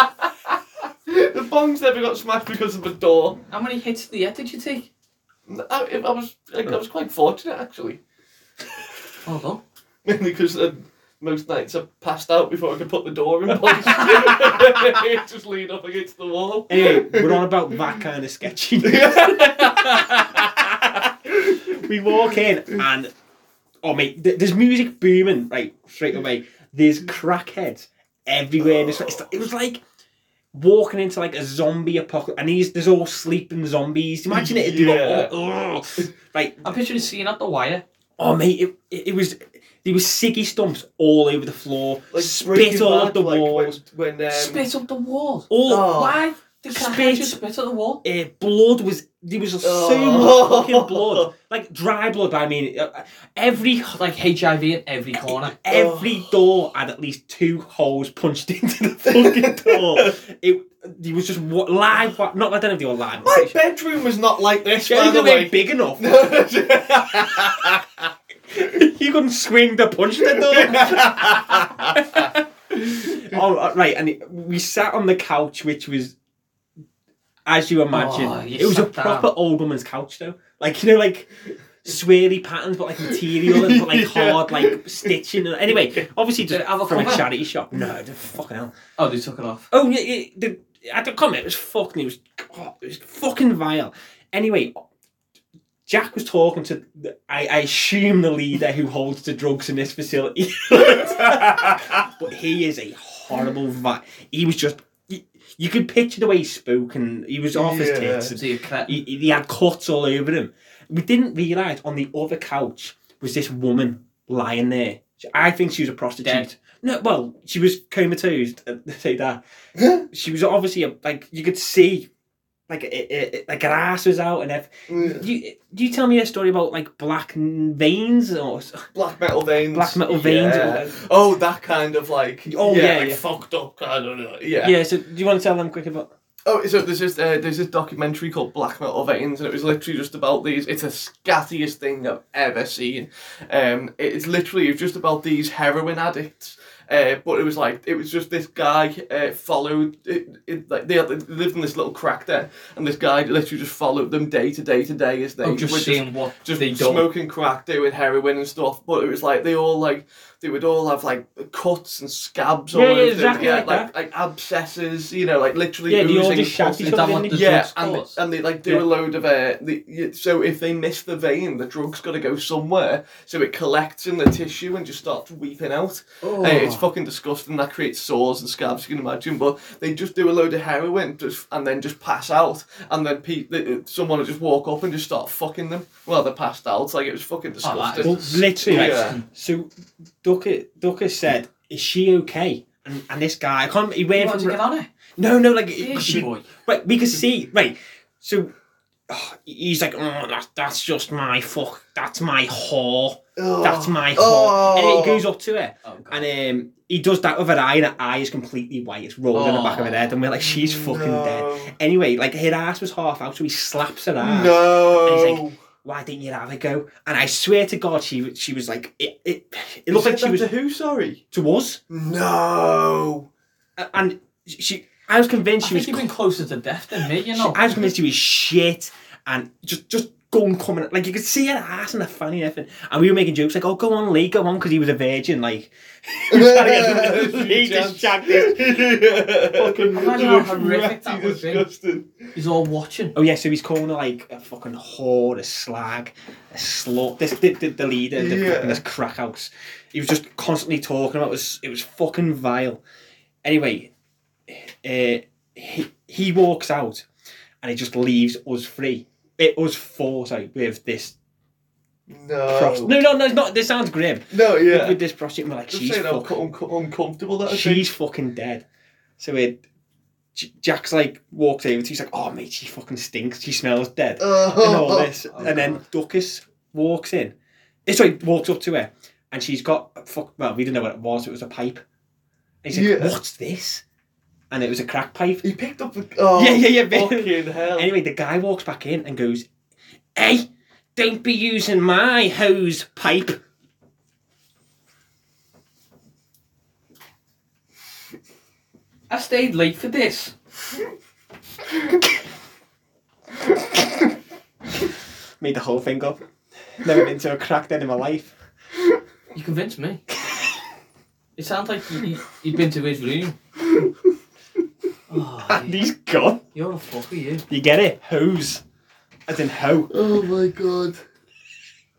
Speaker 2: The bong's never got smashed because of the door.
Speaker 5: How many hits to the head did you take?
Speaker 2: I, I was I, I was quite fortunate actually,
Speaker 5: Hold on.
Speaker 2: mainly because uh, most nights I passed out before I could put the door in place. It just leaned up against the wall.
Speaker 4: Anyway, we're on about that kind of sketchiness. we walk in and oh mate, th- there's music booming right straight away. There's crackheads everywhere. It's, it's, it was like walking into like a zombie apocalypse, and these there's all sleeping zombies. Imagine it. it'd be
Speaker 2: Yeah.
Speaker 4: Like, oh, oh, like
Speaker 5: I'm picturing a scene at the wire.
Speaker 4: oh mate, it, it, it was there was ciggy stumps all over the floor,
Speaker 2: Like
Speaker 4: spit all over the
Speaker 2: like,
Speaker 4: walls,
Speaker 2: when, when um,
Speaker 5: Spit up the wall.
Speaker 4: all
Speaker 2: Oh.
Speaker 5: Why? Did
Speaker 4: Spit.
Speaker 5: spit. just spit at the wall?
Speaker 4: uh, blood was there was so
Speaker 2: Oh.
Speaker 4: much fucking blood, like dry blood. I mean, uh, every
Speaker 5: Like HIV in every corner.
Speaker 4: every
Speaker 2: Oh.
Speaker 4: door had at least two holes punched into the fucking door. it, it was just wa- live. wa- Not I don't know if they were live.
Speaker 2: my bedroom was not like this.
Speaker 4: Yeah,
Speaker 2: by
Speaker 4: they
Speaker 2: the
Speaker 4: weren't
Speaker 2: way.
Speaker 4: big enough. you couldn't swing the punch the door. oh, uh, right, and it, we sat on the couch, which was, as you imagine,
Speaker 5: Oh, you
Speaker 4: it was a
Speaker 5: sat down.
Speaker 4: proper old woman's couch, though. Like you know, like swirly patterns, but like material and but like hard, like stitching. And anyway, obviously, just
Speaker 5: Did it have a
Speaker 4: from a
Speaker 5: cover?
Speaker 4: charity shop. No, the fucking hell.
Speaker 5: Oh, they took it off.
Speaker 4: Oh yeah, yeah the, I don't comment. It was fucking. It was. oh, it was fucking vile. Anyway, Jack was talking to. the- I, I assume the leader who holds the drugs in this facility, but he is a horrible. Vi- he was just. You, you could picture the way he spoke, and he was off
Speaker 2: Yeah.
Speaker 4: his tits. and
Speaker 5: So you cre-
Speaker 4: he, he had cuts all over him. We didn't realise on the other couch was this woman lying there. She- I think she was a prostitute.
Speaker 5: Dead.
Speaker 4: No, well, she was comatose. uh, Say that. she was obviously a like you could see, like it, it, it- like her ass was out and if you do you tell me a story about like black n- veins or s-
Speaker 2: Black metal veins.
Speaker 4: Black metal veins.
Speaker 2: Yeah. Oh, that kind of like.
Speaker 4: Oh, yeah,
Speaker 2: like
Speaker 4: yeah.
Speaker 2: fucked up kind of. uh,
Speaker 4: yeah. So do you want to tell them quick about?
Speaker 2: Oh, so there's this uh, there's this documentary called Black Metal Veins, and it was literally just about these. It's the scattiest thing I've ever seen. Um, it's literally just about these heroin addicts. Uh, but it was like it was just this guy uh, followed it, it, like they, had, they lived in this little crack there, and this guy literally just followed them day to day to day as they
Speaker 5: Oh, just
Speaker 2: were
Speaker 5: seeing what
Speaker 2: just
Speaker 5: they done.
Speaker 2: smoking crack, doing heroin and stuff. But it was like they all like they would all have like cuts and scabs all
Speaker 4: Yeah, yeah,
Speaker 2: over
Speaker 4: exactly
Speaker 2: them, yeah,
Speaker 4: like
Speaker 2: like like abscesses, you know, like literally
Speaker 4: Yeah, they all
Speaker 2: oozing
Speaker 4: just shat
Speaker 2: pus
Speaker 4: each
Speaker 2: and
Speaker 5: Is that
Speaker 4: other.
Speaker 5: what
Speaker 4: didn't
Speaker 5: the
Speaker 4: they?
Speaker 2: yeah,
Speaker 5: drugs
Speaker 2: and
Speaker 5: cause?
Speaker 2: they, and they like do
Speaker 4: Yeah.
Speaker 2: a load of uh, the, y- so if they miss the vein, the drug's got to go somewhere, so it collects in the tissue and just starts weeping out.
Speaker 5: Oh.
Speaker 2: Uh, it's fucking disgusting. That creates sores and scabs, you can imagine. But they just do a load of heroin, just and then just pass out, and then pe- the, someone will just walk up and just start fucking them while they're passed out. Like it was fucking
Speaker 5: Oh, that
Speaker 2: disgusting.
Speaker 4: Well, literally, right.
Speaker 2: Yeah.
Speaker 4: So Ducker Ducker said, "Is she okay?" And, and this guy, I can't. He
Speaker 5: You
Speaker 4: went
Speaker 5: want to get
Speaker 4: from,
Speaker 5: on it?
Speaker 4: no, no, like
Speaker 5: Yeah,
Speaker 4: she-
Speaker 5: boy.
Speaker 4: right. We could see right. So oh, he's like, "Oh, that's that's just my fuck. That's my whore. That's my whore." And he goes up to her,
Speaker 5: Oh, God.
Speaker 4: and um, he does that with her eye, and her eye is completely white. It's rolled in the back of her head, and we're like, "She's fucking dead." Anyway, like her ass was half out, so he slaps her ass
Speaker 2: no.
Speaker 4: And he's why didn't you have a go? And I swear to God, she she was like it. It, it
Speaker 2: You
Speaker 4: looked
Speaker 2: said
Speaker 4: like she
Speaker 2: that
Speaker 4: was
Speaker 2: to who? Sorry.
Speaker 4: to us,
Speaker 2: No.
Speaker 4: A- and she I was convinced
Speaker 5: I
Speaker 4: she was
Speaker 5: think you've been closer to death than me, you
Speaker 4: She-
Speaker 5: know.
Speaker 4: I was convinced she was shit and just just gun coming like you could see her ass and her fanny and everything. And we were making jokes like, "Oh, go on, Lee, go on," because he was a virgin. Like he was trying to get him to- he just jacked this.
Speaker 2: Fucking
Speaker 5: Imagine how horrific that would be.
Speaker 2: disgusting.
Speaker 5: He's all watching.
Speaker 4: Oh yeah, so he's calling her like a fucking whore, a slag, a slut. This the, the, the leader, the,
Speaker 2: Yeah.
Speaker 4: fucking this crack house. He was just constantly talking about it was it was fucking vile. Anyway, uh, he he walks out, and he just leaves us free. It us four, sorry, with this
Speaker 2: No.
Speaker 4: prostitute. No, no, no, it's not. This sounds grim.
Speaker 2: No, Oh. yeah.
Speaker 4: With this prostitute, and we're like,
Speaker 2: Just
Speaker 4: she's
Speaker 2: saying how
Speaker 4: fucking,
Speaker 2: unco- uncomfortable that would be.
Speaker 4: she's fucking dead. So it, J- Jack's like walked over to. He's like, oh mate, she fucking stinks. She smells dead. and
Speaker 2: Oh,
Speaker 4: all this, and then Duckus walks in. eh, Sorry, walks up to her, and she's got a fuck. Well, we didn't know what it was. It was a pipe. And he's like,
Speaker 2: Yeah.
Speaker 4: what's this? And it was a crack pipe.
Speaker 2: He picked up the. Oh,
Speaker 4: Yeah, yeah, yeah, bit-
Speaker 2: Fucking hell.
Speaker 4: Anyway, the guy walks back in and goes, "Hey, don't be using my hose pipe."
Speaker 5: I stayed late for this.
Speaker 4: made the whole thing up. Never been to a crack den in my life.
Speaker 5: You convinced me. it sounds like you, you, you've been to his room. Oh,
Speaker 4: And he's gone.
Speaker 5: you're a fucker, you.
Speaker 4: You get it? Hose. As in hoe.
Speaker 2: Oh my god.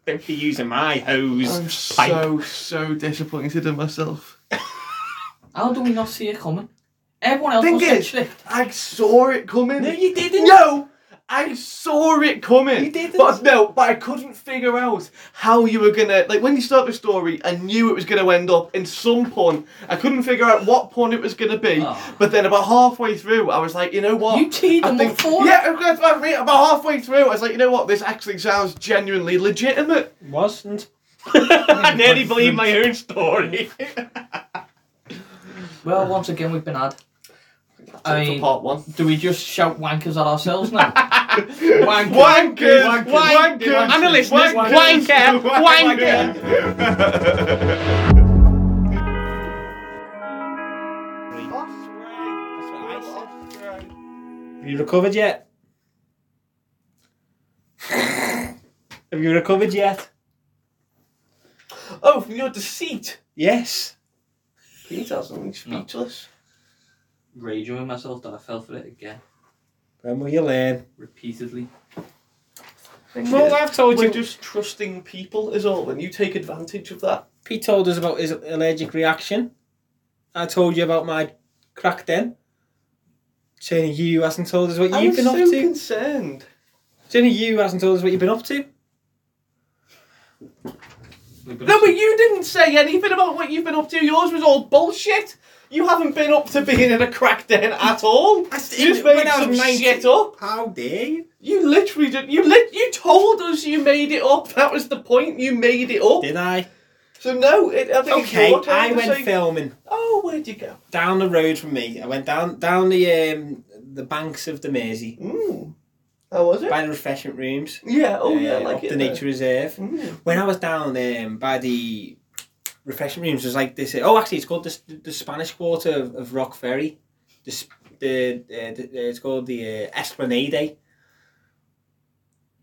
Speaker 4: Don't be using my hose.
Speaker 2: I'm
Speaker 4: pipe.
Speaker 2: so, so disappointed in myself.
Speaker 5: How do we not see it coming? Everyone else
Speaker 2: Thing
Speaker 5: must get
Speaker 2: is-
Speaker 5: tricked.
Speaker 2: I saw it coming.
Speaker 4: No, you didn't.
Speaker 2: No! I saw it coming.
Speaker 4: You didn't.
Speaker 2: But no, but I couldn't figure out how you were gonna like when you start the story I knew it was gonna end up in some pun. I couldn't figure out what pun it was gonna be.
Speaker 5: Oh.
Speaker 4: Ah.
Speaker 2: But then about halfway through I was like, you know what?
Speaker 5: You teed
Speaker 2: I
Speaker 5: them
Speaker 2: think-
Speaker 5: up for it.
Speaker 2: Yeah, that's what I mean. about halfway through I was like, you know what, this actually sounds genuinely legitimate.
Speaker 4: Wasn't. I nearly believe my own story.
Speaker 5: Well, once again, we've been had. I
Speaker 2: For
Speaker 5: mean,
Speaker 2: part one.
Speaker 5: do we just shout wankers at ourselves now? Wankers.
Speaker 2: Wankers!
Speaker 7: Wankers.
Speaker 2: Wankers!
Speaker 7: And the
Speaker 4: listeners, wanker, Have you recovered yet? Have you recovered yet?
Speaker 2: Oh, from your deceit.
Speaker 4: Yes.
Speaker 2: Pete has something speechless.
Speaker 5: Raging with myself that I fell for it again,
Speaker 4: When will you learn?
Speaker 5: repeatedly.
Speaker 4: Well, I've told
Speaker 2: We're
Speaker 4: you.
Speaker 2: just trusting people is all, and you take advantage of that.
Speaker 4: Pete told us about his allergic reaction. I told you about my crack den. Jenny, you hasn't told us what
Speaker 2: I'm
Speaker 4: you've been
Speaker 2: so
Speaker 4: up to.
Speaker 2: concerned.
Speaker 4: Jenny, you hasn't told us what you've been up to.
Speaker 5: We've been
Speaker 2: No, but you didn't say anything about what you've been up to. Yours was all bullshit. You haven't been up to being in a crack den at all.
Speaker 4: I said
Speaker 2: you just
Speaker 4: when
Speaker 2: made
Speaker 4: I was
Speaker 2: some
Speaker 4: 19.
Speaker 2: shit up.
Speaker 4: How dare you?
Speaker 2: You literally did. You lit. You told us you made it up. That was the point. You made it up.
Speaker 4: Did I?
Speaker 2: So no, it, I think it's
Speaker 4: Okay,
Speaker 2: your turn
Speaker 4: I
Speaker 2: to
Speaker 4: went
Speaker 2: say-
Speaker 4: filming
Speaker 2: Oh, where'd you go?
Speaker 4: down the road from me. I went down down the um, the banks of the Mersey
Speaker 2: Mm. How was it?
Speaker 4: by the refreshment rooms.
Speaker 2: Yeah. Oh yeah,
Speaker 4: uh,
Speaker 2: like
Speaker 4: up
Speaker 2: it
Speaker 4: the
Speaker 2: there.
Speaker 4: nature reserve.
Speaker 2: Mm.
Speaker 4: When I was down um, by the refreshment rooms, there's like this. Oh, actually, it's called the, the Spanish Quarter of, of Rock Ferry. The, sp- the, uh, the uh, it's called the uh, Esplanade.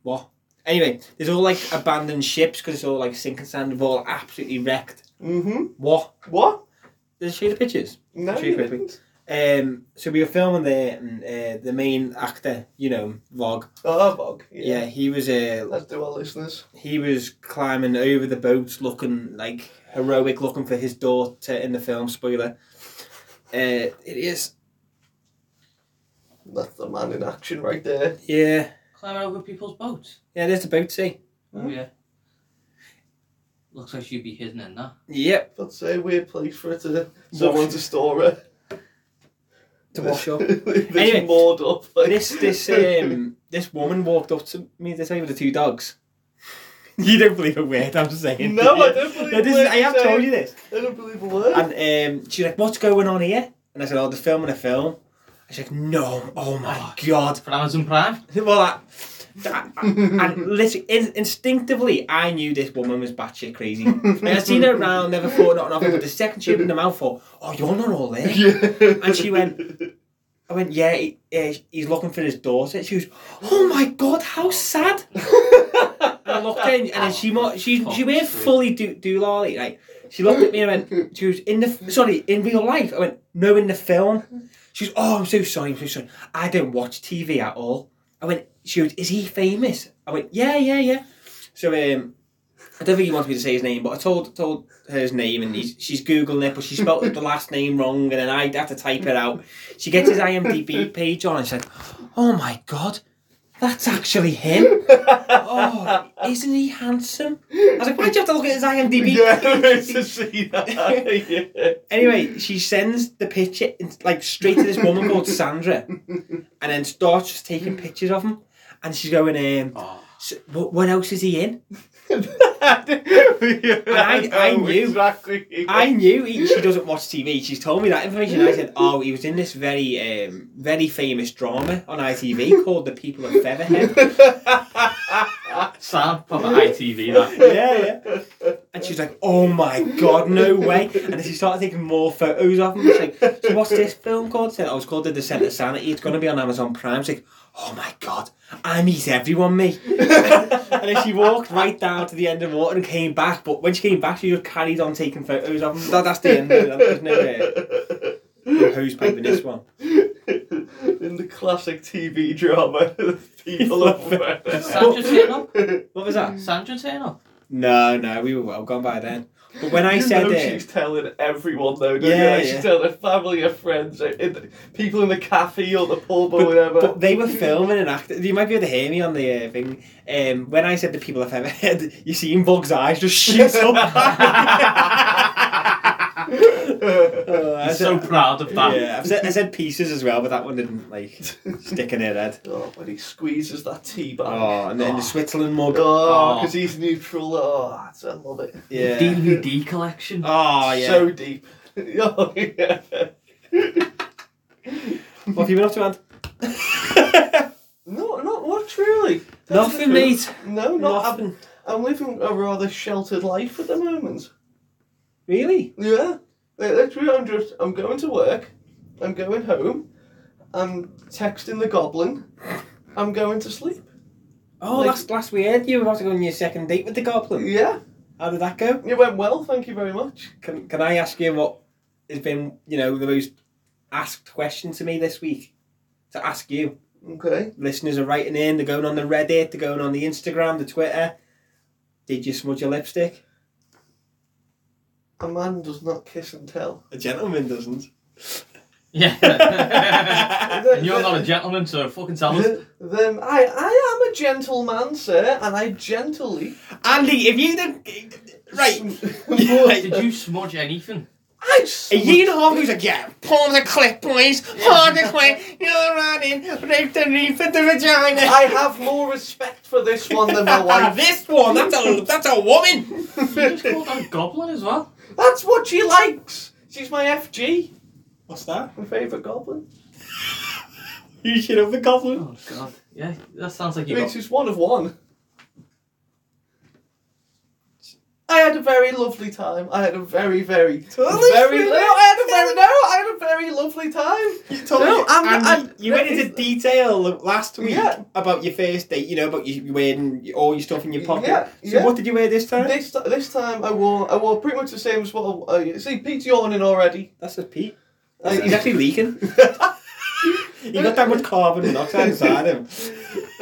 Speaker 4: What? Anyway, there's all like abandoned ships because it's all like sinking sand. They've all absolutely wrecked.
Speaker 2: Mhm.
Speaker 4: What?
Speaker 2: What?
Speaker 4: Did I show you the pictures?
Speaker 2: No.
Speaker 4: Show
Speaker 2: You
Speaker 4: you quickly.
Speaker 2: didn't.
Speaker 4: Um, so we were filming there, and uh, the main actor, you know, Vog.
Speaker 2: Oh, bog.
Speaker 4: Yeah, he was uh,
Speaker 2: Let's do our listeners.
Speaker 4: he was climbing over the boats looking like heroic looking for his daughter in the film spoiler uh, it is
Speaker 2: That's the man in action right there.
Speaker 4: yeah
Speaker 5: climbing over people's boats.
Speaker 4: yeah there's the boat see
Speaker 5: Oh, yeah. Looks like she'd be hidden in that.
Speaker 4: yep
Speaker 2: That's a weird place for it to someone to store it.
Speaker 4: to wash up
Speaker 2: this
Speaker 4: Anyway.
Speaker 2: moored up. Like.
Speaker 4: this this um this woman walked up to me the time with the two dogs you don't believe a word I'm saying
Speaker 2: No,
Speaker 4: do you?
Speaker 2: I don't believe
Speaker 4: no, this
Speaker 2: a
Speaker 4: is,
Speaker 2: word
Speaker 4: I have
Speaker 2: you're
Speaker 4: told
Speaker 2: saying.
Speaker 4: you this
Speaker 2: I don't believe a word.
Speaker 4: and um, she's like what's going on here and I said oh they're filming a film and she's like no oh my god
Speaker 5: For Amazon Prime?
Speaker 4: well, I, I, and literally, in, instinctively, I knew this woman was batshit crazy. Like, I'd seen her around, never thought nothing of her, but the second she opened her mouth, I thought, oh, you're not all there. And she went, I went, yeah, he, yeah, he's looking for his daughter. She was, oh my god, how sad. and I looked in, and she mo- she she went fully do doolally. Like she looked at me and went, she was in the f- sorry in real life. I went, no, in the film. She's, oh, I'm so sorry, I'm so sorry. I don't watch TV at all. I went, she was, is he famous? I went, yeah, yeah, yeah. So um, I don't think he wants me to say his name, but I told told her his name, and he's, she's googling it, but she spelled the last name wrong, and then I have to type it out. She gets his IMDb page on and said, "Oh my god, that's actually him! Oh, isn't he handsome?" I was like, "Why'd you have to look at his IMDb?"
Speaker 2: Yeah,
Speaker 4: page?"
Speaker 2: to see that. yeah.
Speaker 4: Anyway, she sends the picture in- like straight to this woman called Sandra, and then starts just taking pictures of him, and she's going, um, "So, "What what else is he in?" I- I
Speaker 2: know
Speaker 4: knew.
Speaker 2: Exactly.
Speaker 4: I knew he, she doesn't watch TV. She's told me that information. I said, "Oh, he was in this very, um, very famous drama on ITV called The People of Featherhead."
Speaker 5: Sad, proper ITV that.
Speaker 4: yeah, yeah. And she's like, "Oh my god, no way!" And then she started taking more photos of him. She's like, "So what's this film called?" I said, "Oh, it's called The Descent of Sanity. It's going to be on Amazon Prime." She's like, "Oh my god, I meet everyone, me." and then she walked right down to the end of the water and came back. But when she came back, she just carried on taking photos of him. That, that's the end. of it. There's no. Uh, Who's piping this one?
Speaker 2: In the classic TV drama, the people of
Speaker 5: Sandra turn up.
Speaker 4: What was that?
Speaker 5: Sandra turn up.
Speaker 4: No, no, we were well gone by then. But when I
Speaker 2: You
Speaker 4: said
Speaker 2: know
Speaker 4: it,
Speaker 2: she's telling everyone though, don't
Speaker 4: Yeah,
Speaker 2: you? Like,
Speaker 4: yeah.
Speaker 2: She's telling her family, her friends, uh, in the, people in the cafe or the pub or
Speaker 4: but,
Speaker 2: whatever.
Speaker 4: but they were filming and acting. You might be able to hear me on the uh, thing. Um, when I said the people I've ever had, you see in Bug's eyes just shoots up. Uh, I
Speaker 5: I'm so
Speaker 4: said-
Speaker 5: proud of that.
Speaker 4: yeah, I've said, I said pieces as well, but that one didn't like stick in her head.
Speaker 2: oh, when he squeezes that tea bag.
Speaker 4: Oh, and then the Switzerland mug.
Speaker 2: Oh,
Speaker 5: Oh.
Speaker 2: because he's neutral. Oh, that's- I love it.
Speaker 4: Yeah.
Speaker 5: DVD collection.
Speaker 4: Oh yeah.
Speaker 2: So deep. oh, yeah.
Speaker 4: what have you been up to, Ant?
Speaker 2: No, not much really. That's the
Speaker 4: Nothing,
Speaker 2: truth.
Speaker 4: mate.
Speaker 2: No, not. I'm,
Speaker 4: Nothing.
Speaker 2: I'm living a rather sheltered life at the moment.
Speaker 4: Really?
Speaker 2: Yeah. Like, Literally, I'm just. I'm going to work. I'm going home. I'm texting the goblin. I'm going to sleep.
Speaker 4: Oh,
Speaker 2: Like-
Speaker 4: last last we heard you were about to go on your second date with the goblin.
Speaker 2: Yeah.
Speaker 4: How did that go?
Speaker 2: It went well. Thank you very much.
Speaker 4: Can Can I ask you what has been, you know, the most asked question to me this week? To ask you,
Speaker 2: Okay.
Speaker 4: listeners are writing in. They're going on the Reddit. They're going on the Instagram, the Twitter. Did you smudge your lipstick?
Speaker 2: A man does not kiss and tell.
Speaker 4: A gentleman doesn't.
Speaker 5: Yeah. and you're not a gentleman, so fucking tell us.
Speaker 2: Then I, I am a gentleman, sir, and I gently.
Speaker 4: Andy, if you don't, right,
Speaker 5: Did you smudge anything?
Speaker 2: I
Speaker 4: a year and a half ago, he was like, yeah, palm the clip, please, palm the clip. You're running, rape the reef at the vagina.
Speaker 2: I have more respect for this one than my wife.
Speaker 4: this one, that's a that's a woman.
Speaker 5: You just called that a goblin as well.
Speaker 2: That's what she likes. She's my FG,
Speaker 4: What's that?
Speaker 2: my favourite goblin.
Speaker 4: You shit up the goblin.
Speaker 5: Oh god. Yeah, that sounds like you
Speaker 2: Which
Speaker 5: got.
Speaker 2: is one of one. I had a very lovely time. I had a very, very,
Speaker 4: Totally
Speaker 2: very.
Speaker 4: sweet.
Speaker 2: No, I had a very. No, I had a very lovely time.
Speaker 4: You told
Speaker 2: No,
Speaker 4: me,
Speaker 2: I'm-
Speaker 4: Andy,
Speaker 2: I'm-
Speaker 4: you went into detail last week
Speaker 2: Yeah.
Speaker 4: about your first date. You know about you you wearing all your stuff in your pocket.
Speaker 2: Yeah,
Speaker 4: so
Speaker 2: yeah.
Speaker 4: what did you wear this time?
Speaker 2: This this time I wore I wore pretty much the same as what I, uh, see Pete's yawning already.
Speaker 4: That's just Pete.
Speaker 2: I-
Speaker 4: He's actually leaking. You got that much carbon monoxide inside him.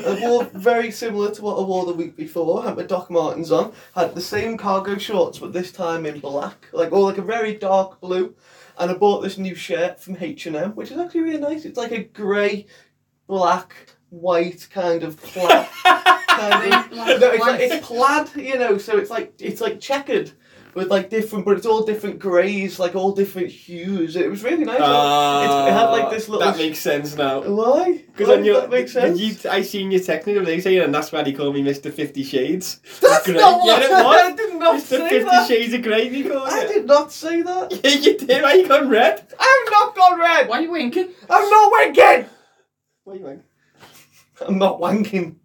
Speaker 2: I wore very similar to what I wore the week before. Had my Doc Martens on. Had the same cargo shorts, but this time in black, like or like a very dark blue. And I bought this new shirt from H and M, which is actually really nice. It's like a grey, black, white kind of plaid. kind of, no, it's, like, it's plaid, you know. So it's like it's like checkered. With like different, but it's all different greys, like all different hues. It was really nice. It's- it had like this little.
Speaker 4: Ah, That makes sense now.
Speaker 2: Why?
Speaker 4: Because
Speaker 2: Why
Speaker 4: on
Speaker 2: does
Speaker 4: your,
Speaker 2: that makes
Speaker 4: did
Speaker 2: sense.
Speaker 4: You, I seen your text the other day saying, and that's why they call me Mr. Fifty Shades.
Speaker 2: That's
Speaker 4: Great.
Speaker 2: not what
Speaker 4: Yeah, it
Speaker 2: I
Speaker 4: was.
Speaker 2: did not
Speaker 4: Mr.
Speaker 2: say
Speaker 4: Fifty
Speaker 2: that.
Speaker 4: Shades of Grey, they call
Speaker 2: I
Speaker 4: you.
Speaker 2: did not say that.
Speaker 4: Yeah, you did. Why you gone red?
Speaker 2: I'm not gone red.
Speaker 5: Why are you winking?
Speaker 2: I'm not wanking.
Speaker 4: What you mean?
Speaker 2: I'm not wanking.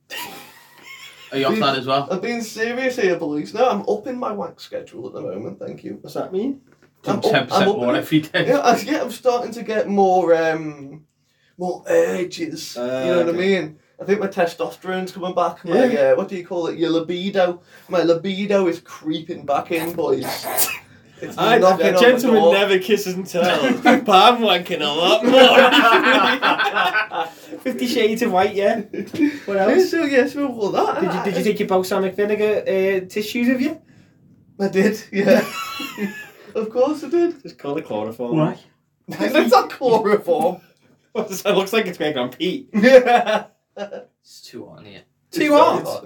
Speaker 5: Are you off that as well?
Speaker 2: I'm being serious here, police. No, I'm upping my wank schedule at the moment. Thank you.
Speaker 4: What's that mean?
Speaker 2: I'm up-
Speaker 5: Ten
Speaker 2: I'm
Speaker 5: percent
Speaker 2: up-
Speaker 5: more every day.
Speaker 2: Yeah, I, yeah, I'm starting to get more um, more urges. you know what
Speaker 4: Ah, okay.
Speaker 2: I mean? I think my testosterone's coming back. My,
Speaker 4: Yeah.
Speaker 2: uh, what do you call it? Your libido. My libido is creeping back in, boys. It's
Speaker 4: I,
Speaker 2: knocking on
Speaker 4: a
Speaker 2: the
Speaker 4: gentleman
Speaker 2: door.
Speaker 4: never kisses and tells, but I'm wanking a lot more. Fifty Shades of White, yeah. What
Speaker 2: Yeah,
Speaker 4: else?
Speaker 2: so, yeah, so all that.
Speaker 4: Did you, did you take your balsamic vinegar uh, tissues with you?
Speaker 2: I did, yeah. of course I did.
Speaker 4: Just call it chloroform.
Speaker 5: Why?
Speaker 2: That's not chloroform.
Speaker 4: it looks like it's made on Pete.
Speaker 2: yeah.
Speaker 5: It's too hot in here.
Speaker 4: Too
Speaker 2: hard.
Speaker 4: hot.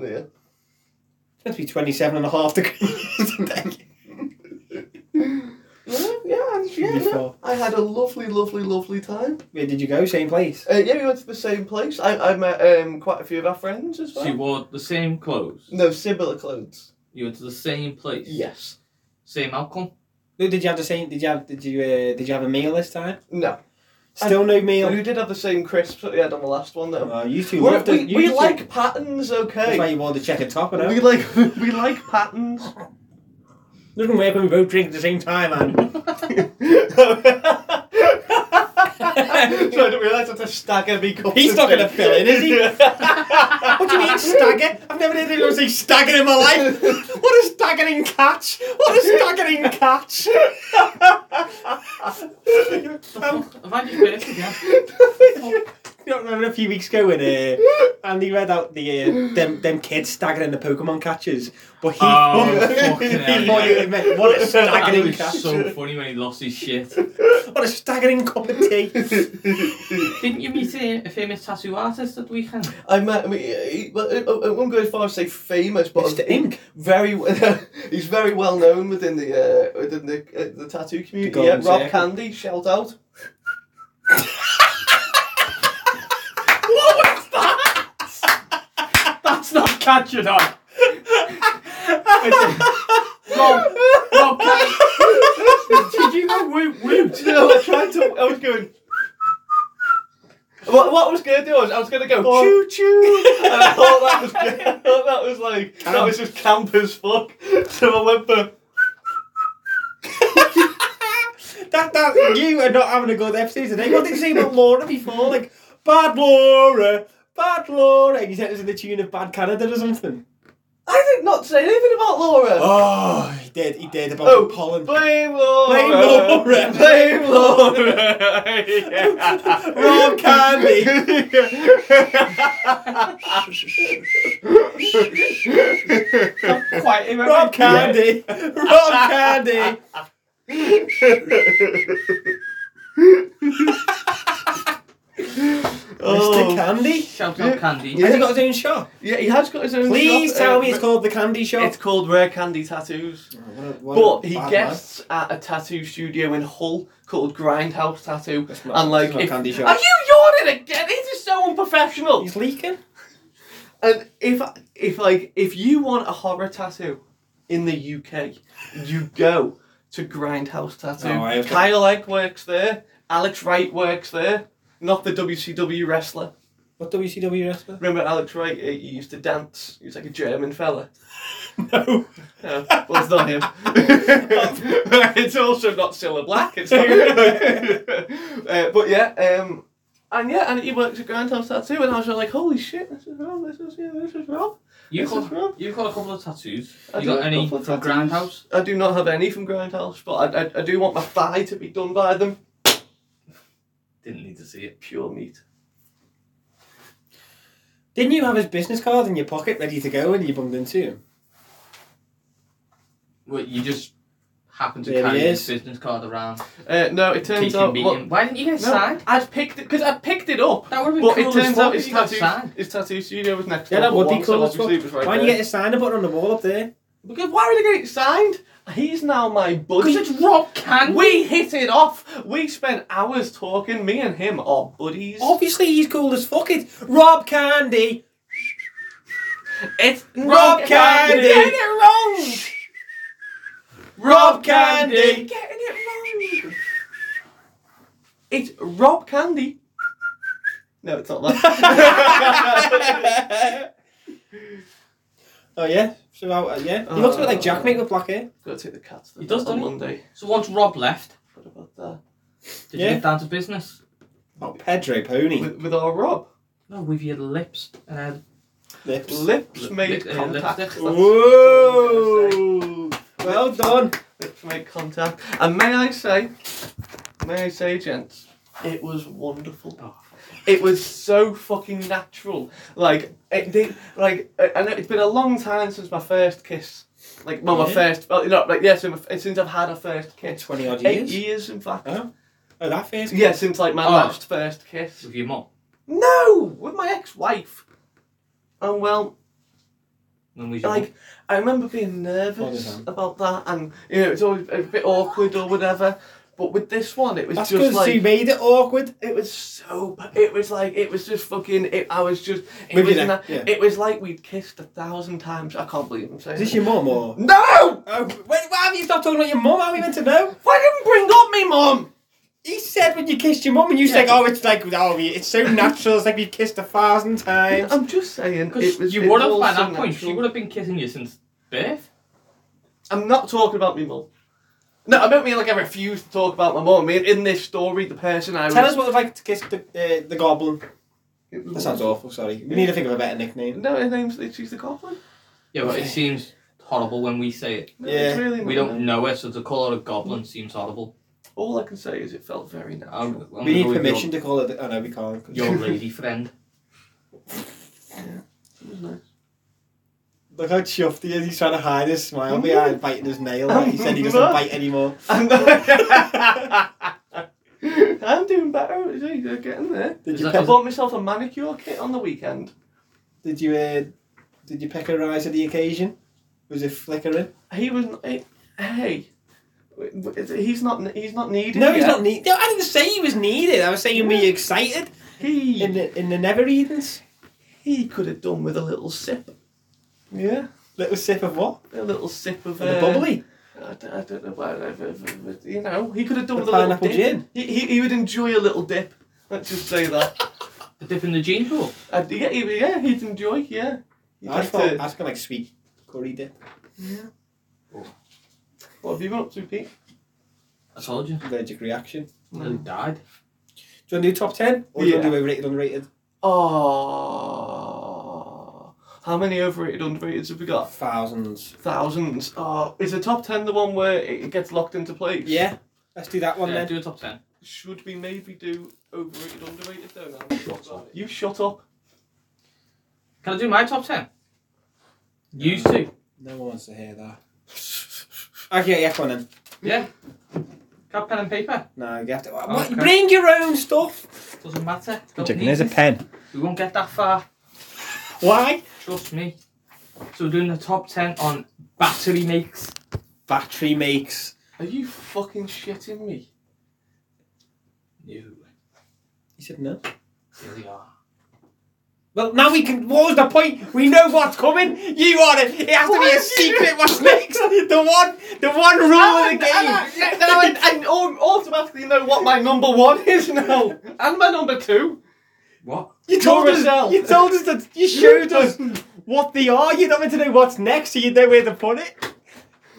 Speaker 4: Must be 27 and a half degrees. Thank
Speaker 2: Well, yeah, and- yeah,
Speaker 4: Before.
Speaker 2: no, I had a lovely, lovely, lovely
Speaker 4: you.
Speaker 2: time.
Speaker 4: Where did you go? Same place?
Speaker 2: Uh, yeah, we went to the same place. I, I met um, quite a few of our friends as well.
Speaker 5: So you wore the same clothes.
Speaker 2: no, similar clothes.
Speaker 5: You went to the same place.
Speaker 2: Yes.
Speaker 5: Same outcome.
Speaker 4: No, did you have the same? Did you have? Did you? Uh, did you have a meal this time?
Speaker 2: No.
Speaker 4: Still no
Speaker 2: But
Speaker 4: meal.
Speaker 2: we did have the same crisps that we had on the last one, though.
Speaker 4: Oh, you two
Speaker 2: We're-
Speaker 4: loved
Speaker 2: we
Speaker 4: it. You
Speaker 2: we
Speaker 4: two-
Speaker 2: like patterns,
Speaker 4: That's why
Speaker 2: okay?
Speaker 4: you wore the checkered top and
Speaker 2: We
Speaker 4: everything.
Speaker 2: like we like patterns.
Speaker 4: Doesn't work when we both drink at the same time, man.
Speaker 2: so I didn't realise that's a stagger me cups
Speaker 4: He's
Speaker 2: of
Speaker 4: not
Speaker 2: tea.
Speaker 4: gonna fill in, is he? what do you mean stagger? I've never heard anyone say stagger in my life. What a staggering catch! What a staggering catch! um,
Speaker 5: Have I just been it again?
Speaker 4: You don't remember a few weeks ago when uh, Andy read out the uh, them them kids staggering the Pokemon catches, but he
Speaker 5: Oh,
Speaker 4: thought,
Speaker 5: fucking hell,
Speaker 4: he thought
Speaker 5: yeah.
Speaker 4: it meant what a
Speaker 5: That
Speaker 4: staggering
Speaker 5: was
Speaker 4: catch,
Speaker 5: so funny when he lost his shit.
Speaker 4: what a staggering cup of tea.
Speaker 5: Didn't you meet a, a famous tattoo artist that weekend?
Speaker 2: I met him. He, he, uh, well, I I won't go as far as say famous, but
Speaker 4: Mr. Ink,
Speaker 2: very he's very well known within the uh, within the uh, the tattoo community.
Speaker 4: The
Speaker 2: yeah,
Speaker 4: golden
Speaker 2: Rob
Speaker 4: circle.
Speaker 2: Candy, shout out.
Speaker 5: That's not catching on. Rob, Rob, can- did you go woot woot?
Speaker 2: No, I tried to. I was going. What, what I was gonna do was I was gonna go choo choo, and I thought that was I thought that was like that was just camp as fuck. So I went for
Speaker 4: that that you are not having a good episode today. What did you say about Laura before? Like bad Laura, bad Laura. And you said it was in the tune of Bad Canada or something.
Speaker 2: I did not say anything about Laura.
Speaker 4: Oh, he did. He did about
Speaker 2: Oh,
Speaker 4: the pollen.
Speaker 2: Blame Laura.
Speaker 4: Blame Laura.
Speaker 2: Blame Laura.
Speaker 4: Rob Candy.
Speaker 5: Quite a
Speaker 4: Rob Candy. Rob Candy. Mr. Candy?
Speaker 5: Shout out Candy.
Speaker 4: Has he got his own shop?
Speaker 2: Yeah, he has got his own.
Speaker 4: Please
Speaker 2: shop,
Speaker 4: tell
Speaker 2: uh,
Speaker 4: me it's called the Candy Shop.
Speaker 2: It's called Rare Candy Tattoos. But he guests at a tattoo studio in Hull called Grindhouse Tattoo.
Speaker 4: not-
Speaker 2: and like,
Speaker 4: that's not
Speaker 2: if-
Speaker 4: Candy Shop.
Speaker 2: are you yawning again? This is so unprofessional.
Speaker 4: He's leaking.
Speaker 2: And if if like if you want a horror tattoo in the UK, you go to Grindhouse Tattoo.
Speaker 4: No, I have to-
Speaker 2: Kyle Egg works there. Alex Wright works there. Not the WCW wrestler.
Speaker 4: What WCW wrestler?
Speaker 2: Remember Alex Wright? He he used to dance. He was like a German fella.
Speaker 4: No.
Speaker 2: No, well, it's not him. it's also not Cilla Black. It's not uh, but yeah, um, and yeah, and he works at Grand House Tattoo, and I was just like, holy shit, this is Rob, this is yeah, this is Rob.
Speaker 5: You
Speaker 2: This is
Speaker 5: got,
Speaker 2: Rob.
Speaker 5: you got a couple of tattoos.
Speaker 2: I
Speaker 5: you
Speaker 2: do
Speaker 5: got
Speaker 2: have a
Speaker 5: any
Speaker 2: couple of
Speaker 5: from
Speaker 2: tattoos.
Speaker 5: Grindhouse?
Speaker 2: I do not have any from Grindhouse, but I, I, I do want my thigh to be done by them.
Speaker 5: Didn't need to see it.
Speaker 2: Pure meat.
Speaker 4: Didn't you have his business card in your pocket ready to go when you bumped into him?
Speaker 5: Well, you just happened to
Speaker 4: There he
Speaker 5: carry his
Speaker 4: is.
Speaker 5: business card around.
Speaker 2: Uh, no, it turns
Speaker 5: Keep
Speaker 2: out.
Speaker 5: him
Speaker 2: What,
Speaker 5: beating. Why didn't you get
Speaker 2: no,
Speaker 5: signed?
Speaker 2: I'd picked it because I picked it up.
Speaker 5: That would have been
Speaker 2: But
Speaker 5: cool
Speaker 2: it
Speaker 5: as
Speaker 2: turns
Speaker 5: fuck
Speaker 2: out
Speaker 5: if
Speaker 2: his
Speaker 5: you got
Speaker 2: tattoo,
Speaker 5: signed.
Speaker 2: his tattoo studio was next
Speaker 4: Yeah, that
Speaker 2: door, but
Speaker 4: would be
Speaker 2: one, so
Speaker 4: cool as fuck.
Speaker 2: obviously it was right
Speaker 4: Why didn't you
Speaker 2: there.
Speaker 4: get his sign up button on the wall up there?
Speaker 2: Because why would he get it signed? He's now my buddy.
Speaker 5: Because it's Rob Candy.
Speaker 2: We hit it off. We spent hours talking. Me and him are buddies.
Speaker 4: Obviously, he's cool as fuck. It's Rob Candy.
Speaker 2: it's
Speaker 4: Rob Candy.
Speaker 2: You're getting it wrong.
Speaker 4: Rob
Speaker 2: You're
Speaker 4: Candy.
Speaker 2: getting it wrong. It's Rob Candy. No, it's not that.
Speaker 4: Oh yeah. So uh, yeah, he looks a bit like
Speaker 2: Uh.
Speaker 4: eh? Jack mate with black hair.
Speaker 2: Got to take the cats.
Speaker 5: He does,
Speaker 2: on
Speaker 5: doesn't
Speaker 2: Monday.
Speaker 5: So once Rob left,
Speaker 2: What about that?
Speaker 5: did
Speaker 4: Yeah.
Speaker 5: you get down to business?
Speaker 4: Oh, Pedro Pony.
Speaker 2: with, with our Rob.
Speaker 5: No, with your lips and then
Speaker 4: Lips.
Speaker 2: Lips
Speaker 5: Lip-
Speaker 2: made
Speaker 5: lip- uh,
Speaker 2: contact.
Speaker 5: lipstick.
Speaker 2: That's all I'm gonna say.
Speaker 4: Whoa! Well done.
Speaker 2: Lips made contact. And may I say, may I say, gents, it was wonderful.
Speaker 4: Oh.
Speaker 2: It was so fucking natural. Like it did. Like uh, I know it's been a long time since my first kiss. Like well, my
Speaker 4: Yeah.
Speaker 2: first. Well, no, like yes, since I've had a first kiss.
Speaker 4: 20 odd
Speaker 2: Eight
Speaker 4: years.
Speaker 2: years, in fact.
Speaker 4: Oh. Oh, that feels
Speaker 2: Yeah, since like my
Speaker 5: Oh.
Speaker 2: last first kiss.
Speaker 5: with your mum.
Speaker 2: No, with my ex-wife. And well,
Speaker 5: When was your
Speaker 2: like I remember being nervous
Speaker 4: Bother
Speaker 2: about that, and you know it's always a bit awkward or whatever. But with this one, it was
Speaker 4: That's
Speaker 2: just
Speaker 4: because
Speaker 2: like
Speaker 4: you made it awkward.
Speaker 2: it was so. It was like it was just fucking. It, I was just. It
Speaker 4: Maybe
Speaker 2: was.
Speaker 4: that-
Speaker 2: na-
Speaker 4: yeah.
Speaker 2: It was like we'd kissed a thousand times. I can't believe I'm saying.
Speaker 4: Is this your mum or?
Speaker 2: no!
Speaker 4: Oh, wait, why have you stopped talking about your mum? How are we meant to know?
Speaker 2: Why didn't bring up me mum?
Speaker 4: He said when you kissed your mum, and you said, "Oh, it's like, oh, it's so natural. It's like we kissed a thousand times."
Speaker 2: I'm just saying. It
Speaker 5: Because
Speaker 2: was,
Speaker 5: you
Speaker 2: it
Speaker 5: would
Speaker 2: was
Speaker 5: have
Speaker 2: all
Speaker 5: by
Speaker 2: so
Speaker 5: that point, she
Speaker 2: natural.
Speaker 5: would have been kissing you since birth.
Speaker 2: I'm not talking about me mum. No, I don't mean like I refuse to talk about my mum. I mean in this story, the person I
Speaker 4: Tell
Speaker 2: was.
Speaker 4: us what it's like to kiss the uh, the goblin.
Speaker 2: It was-
Speaker 4: That sounds awful. Sorry, we need to think of a better nickname.
Speaker 2: No, her name's she's the goblin.
Speaker 5: Yeah, but it seems horrible when we say it.
Speaker 2: No,
Speaker 4: Yeah.
Speaker 2: it's really
Speaker 5: We
Speaker 2: not.
Speaker 5: don't know it, so to call her a goblin seems horrible.
Speaker 2: All I can say is it felt very
Speaker 5: i
Speaker 2: natural.
Speaker 4: We need permission to call it. The, oh no, we can't. 'cause-
Speaker 5: Your, your lady friend.
Speaker 4: Look how chuffed he is. He's trying to hide his smile behind biting his nail. Like he said he doesn't
Speaker 2: What?
Speaker 4: bite anymore.
Speaker 2: I'm doing better. See, You're getting there.
Speaker 4: Did
Speaker 5: Is
Speaker 4: you
Speaker 5: that-
Speaker 2: I
Speaker 4: peck,
Speaker 2: bought myself a manicure kit on the weekend.
Speaker 4: did you uh, did you peck her eyes at the occasion? Was it flickering?
Speaker 2: He was. He, hey, he's not. He's not needed.
Speaker 4: No, he's
Speaker 2: yet.
Speaker 4: not needed. No, I didn't say he was needed. I was saying were you excited
Speaker 2: He.
Speaker 4: in the in the Never Edens.
Speaker 2: he could have done with a little sip. Yeah,
Speaker 4: Little sip of what? Uh,
Speaker 2: a little sip of uh,
Speaker 4: Of the bubbly.
Speaker 2: I don't, I don't know why. I've- I've- I've- You know, he could have done
Speaker 4: The
Speaker 2: with a little
Speaker 4: pineapple
Speaker 2: dip.
Speaker 4: gin.
Speaker 2: He, he, he would enjoy a little dip. Let's just say that.
Speaker 5: The dip in the gene pool.
Speaker 2: I'd- Uh, yeah, he, yeah, he'd enjoy. Yeah. He'd
Speaker 4: I
Speaker 2: like
Speaker 4: thought
Speaker 2: to-
Speaker 4: that's kind of like sweet curry dip.
Speaker 2: What have you been up to, Pete?
Speaker 5: I told you.
Speaker 4: Allergic reaction.
Speaker 5: Nearly
Speaker 4: Mm.
Speaker 5: died.
Speaker 4: Do you want to do top ten or do you want to
Speaker 2: Yeah.
Speaker 4: do overrated underrated?
Speaker 2: Oh, how many overrated underrateds have we got?
Speaker 4: Thousands.
Speaker 2: Thousands. Oh, is the top ten the one where it gets locked into place?
Speaker 4: Yeah, let's do that one
Speaker 5: Yeah,
Speaker 4: then.
Speaker 5: do a top ten.
Speaker 2: Should we maybe do overrated underrated though? Now? Shut up. You shut up.
Speaker 5: Can I do my top ten? Used to.
Speaker 4: No one wants to hear that. Okay, yeah, come on then.
Speaker 5: Yeah. Got pen and paper.
Speaker 4: No, you have to. what-
Speaker 5: Okay.
Speaker 4: Bring your own stuff.
Speaker 5: Doesn't matter. Don't need
Speaker 4: There's a
Speaker 5: it.
Speaker 4: pen.
Speaker 5: We won't get that far.
Speaker 4: Why?
Speaker 5: Trust me. So we're doing the top ten on battery makes.
Speaker 4: Battery makes.
Speaker 2: Are you fucking shitting me?
Speaker 5: No.
Speaker 4: He said no.
Speaker 5: Here we are.
Speaker 4: Well, now we can. What was the point? We know what's coming. You want it. It has to be
Speaker 2: Why
Speaker 4: a
Speaker 2: did you-
Speaker 4: secret. What's next? The one. The one rule of the
Speaker 2: And I,
Speaker 4: game.
Speaker 2: yeah, now I, I au- automatically know what my number one is now, and my number two.
Speaker 5: What?
Speaker 4: You told
Speaker 2: You're a
Speaker 4: us.
Speaker 2: cell.
Speaker 4: You told us that. You showed us what they are. You don't want to know what's next, so you know where to put it.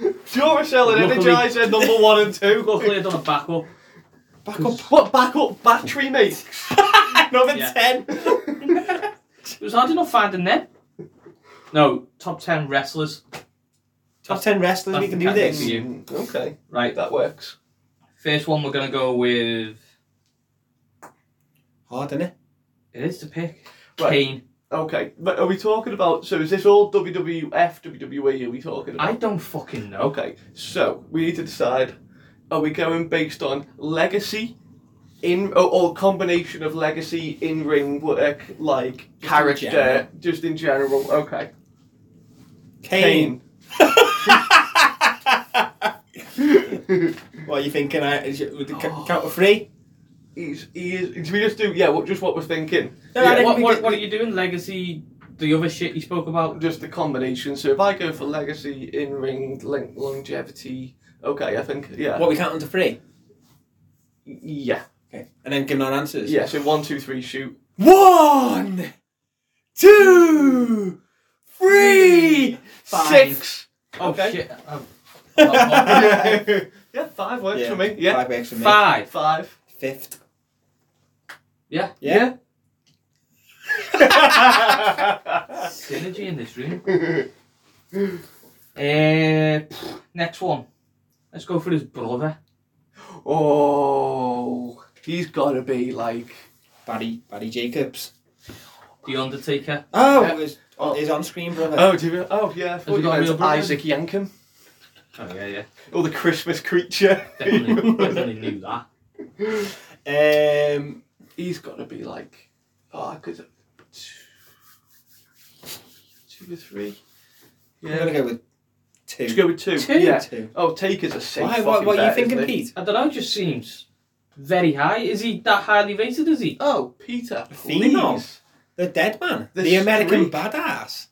Speaker 2: Duracell and
Speaker 5: Luckily-
Speaker 2: Energizer number one and
Speaker 5: Luckily
Speaker 2: two.
Speaker 5: I've done a backup.
Speaker 4: Back up.
Speaker 2: What backup battery makes?
Speaker 4: Another
Speaker 5: Yeah.
Speaker 4: ten.
Speaker 5: It was hard enough finding them. No, top ten wrestlers.
Speaker 4: Top ten wrestlers. We
Speaker 5: That's
Speaker 4: can
Speaker 5: the
Speaker 4: do
Speaker 5: kind of
Speaker 4: this.
Speaker 5: thing you-
Speaker 2: Mm, okay,
Speaker 5: Right.
Speaker 2: that works.
Speaker 5: First one we're gonna go with
Speaker 4: Hard, isn't it?
Speaker 5: it is the pick.
Speaker 2: Right.
Speaker 5: Kane.
Speaker 2: Okay, but are we talking about? So is this all WWF, WWE? E Are we talking about?
Speaker 5: I don't fucking know.
Speaker 2: Okay, so we need to decide: are we going based on legacy, in or, or combination of legacy in ring work, like character,
Speaker 4: general.
Speaker 2: just in general? Okay,
Speaker 4: Kane.
Speaker 2: Kane.
Speaker 4: What are you thinking? I, is it, with the c- count of three?
Speaker 2: He's, he is. Do we just do? Yeah, what, just what we're thinking.
Speaker 4: No, I
Speaker 2: Yeah,
Speaker 4: think
Speaker 5: What,
Speaker 4: we
Speaker 5: what,
Speaker 4: did-
Speaker 5: what are you doing? Legacy, the other shit you spoke about?
Speaker 2: just the combination. So if I go for legacy, in ring, length, longevity. Okay, I think yeah.
Speaker 4: What we count to three?
Speaker 2: Yeah,
Speaker 4: Okay. And then giving our answers.
Speaker 2: yeah. So one, two, three, shoot.
Speaker 4: One, two, three.
Speaker 2: Six.
Speaker 5: Oh
Speaker 2: Okay.
Speaker 5: shit. Um, oh,
Speaker 2: yeah, five works for me. Yeah,
Speaker 4: Five works for me.
Speaker 5: Five.
Speaker 2: five.
Speaker 4: Fifth.
Speaker 5: Yeah,
Speaker 2: Yeah.
Speaker 5: synergy in this room. uh, pff, next one. Let's go for his brother.
Speaker 2: Oh, he's got to be like.
Speaker 4: Barry Barry Jacobs.
Speaker 5: The Undertaker.
Speaker 4: Oh,
Speaker 2: Yeah.
Speaker 4: his, his on-screen brother.
Speaker 2: Oh, do you? Oh, yeah. I thought
Speaker 5: we
Speaker 2: you
Speaker 5: got a
Speaker 2: meant
Speaker 5: real brother?
Speaker 2: Isaac Yankem
Speaker 5: Oh, yeah, yeah.
Speaker 2: or the Christmas creature.
Speaker 5: Definitely, definitely knew that.
Speaker 4: Um,
Speaker 2: he's got to be like, oh, I could two, two or three.
Speaker 4: I'm
Speaker 2: Yeah,
Speaker 4: gonna go with two.
Speaker 2: let's go with two.
Speaker 5: Two?
Speaker 2: Yeah.
Speaker 4: Two.
Speaker 2: Oh, Taker's a safe.
Speaker 4: Why? What,
Speaker 2: fucking
Speaker 4: what are you
Speaker 2: bet,
Speaker 4: thinking,
Speaker 2: isn't he?
Speaker 4: Pete?
Speaker 5: I don't know, it just seems very high. Is he that highly rated, is he?
Speaker 2: Oh, Peter,
Speaker 4: Athena.
Speaker 2: please.
Speaker 4: The dead man,
Speaker 2: The
Speaker 4: the, American
Speaker 2: streak.
Speaker 4: badass.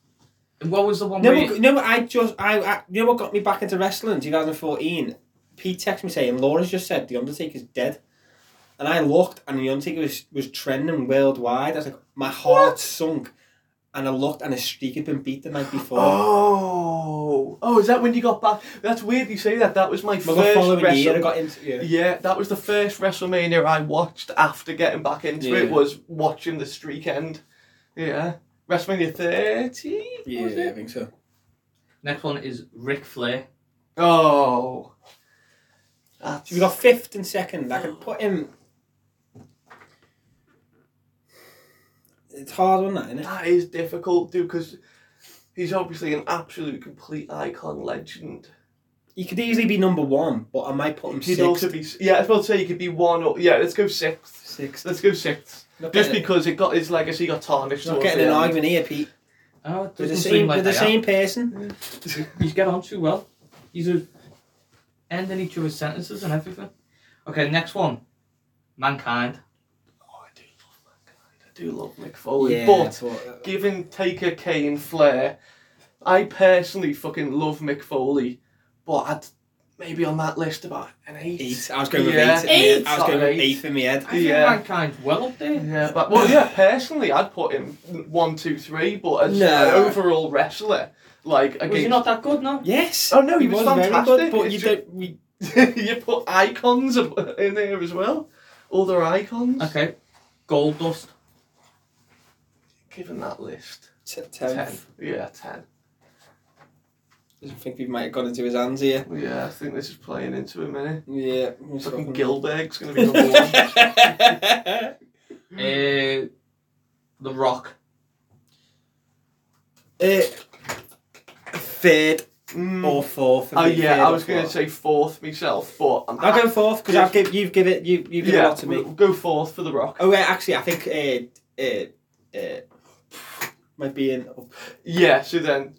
Speaker 5: And What was the one
Speaker 4: No,
Speaker 5: where...
Speaker 4: what- no, I just, I, I, you know what got me back into wrestling in 2014? Pete texted me saying, Laura's just said The Undertaker's dead. And I looked, and The Undertaker was, was trending worldwide. I was like, my heart sunk. And I looked, and his streak had been beat the night before.
Speaker 2: Oh, oh, is that when you got back? That's weird you say that. That was my
Speaker 4: Well, the
Speaker 2: first
Speaker 4: following
Speaker 2: wrestle-
Speaker 4: year, I got into yeah.
Speaker 2: Yeah, that was the first WrestleMania I watched after getting back into
Speaker 4: Yeah.
Speaker 2: it. Was watching the streak end. Yeah, WrestleMania thirty. was it?
Speaker 4: I think so.
Speaker 5: Next one is Ric Flair.
Speaker 2: Oh, that's
Speaker 4: So we got fifth and second. I could put him. It's hard on that, isn't it?
Speaker 2: That is difficult, dude, because he's obviously an absolute complete icon legend.
Speaker 4: He could easily be number one, but I might put him
Speaker 2: He'd
Speaker 4: sixth.
Speaker 2: also be, yeah, I was about to say he could be one or, yeah, let's go sixth.
Speaker 4: sixth.
Speaker 2: Let's go sixth.
Speaker 4: Not
Speaker 2: Just
Speaker 4: getting-
Speaker 2: because it got his legacy got tarnished.
Speaker 4: not
Speaker 2: towards
Speaker 4: getting
Speaker 2: the
Speaker 4: an
Speaker 2: end.
Speaker 4: argument here, Pete.
Speaker 5: Oh, it
Speaker 4: We're
Speaker 5: doesn't
Speaker 4: the
Speaker 5: seem
Speaker 4: same,
Speaker 5: like
Speaker 4: we're the
Speaker 5: they are.
Speaker 4: same person.
Speaker 5: He's get on too well. He's a ending each other's sentences and everything. Okay, next one. Mankind.
Speaker 2: Oh, I do love Mankind. I do love Mick Foley.
Speaker 4: but
Speaker 2: But given Taker, Kane, Flair, I personally fucking love Mick Foley, but I'd maybe on that list about an eight.
Speaker 4: eight. I was going with
Speaker 2: Yeah.
Speaker 4: eight. in
Speaker 2: Eight?
Speaker 4: my head. I was going with
Speaker 2: Eight.
Speaker 4: eight in my head.
Speaker 5: I think
Speaker 2: Yeah.
Speaker 5: Mankind's well up there.
Speaker 2: Yeah, but well, yeah. Personally, I'd put him one, two, three. But as an
Speaker 4: No.
Speaker 2: overall wrestler, like against,
Speaker 5: Was he not that good, no?
Speaker 4: Yes.
Speaker 2: Oh, no, he was
Speaker 4: very
Speaker 2: fantastic.
Speaker 4: but
Speaker 2: It's
Speaker 4: you
Speaker 2: ju-
Speaker 4: don't. We,
Speaker 2: you put icons in there as well. Other icons.
Speaker 5: Okay. Gold Dust.
Speaker 2: Given that list,
Speaker 4: t-
Speaker 2: ten.
Speaker 4: tenth.
Speaker 2: Yeah, ten.
Speaker 4: I think we might have got into his hands here.
Speaker 2: Yeah, I think this is playing into a minute.
Speaker 4: Yeah.
Speaker 2: Fucking Gilbert's gonna be number one.
Speaker 4: Mm.
Speaker 5: Uh, the Rock.
Speaker 4: Eh, third
Speaker 2: Mm.
Speaker 4: or fourth.
Speaker 2: Oh yeah, I was
Speaker 4: going
Speaker 2: gonna say fourth myself, but I'm
Speaker 4: I'll go fourth because
Speaker 2: Yeah.
Speaker 4: I've give, you've give it you you give a
Speaker 2: yeah,
Speaker 4: lot to me.
Speaker 2: we'll go fourth for the Rock.
Speaker 4: Oh wait, actually, I think uh, uh, uh, might be in.
Speaker 2: Yeah, so then,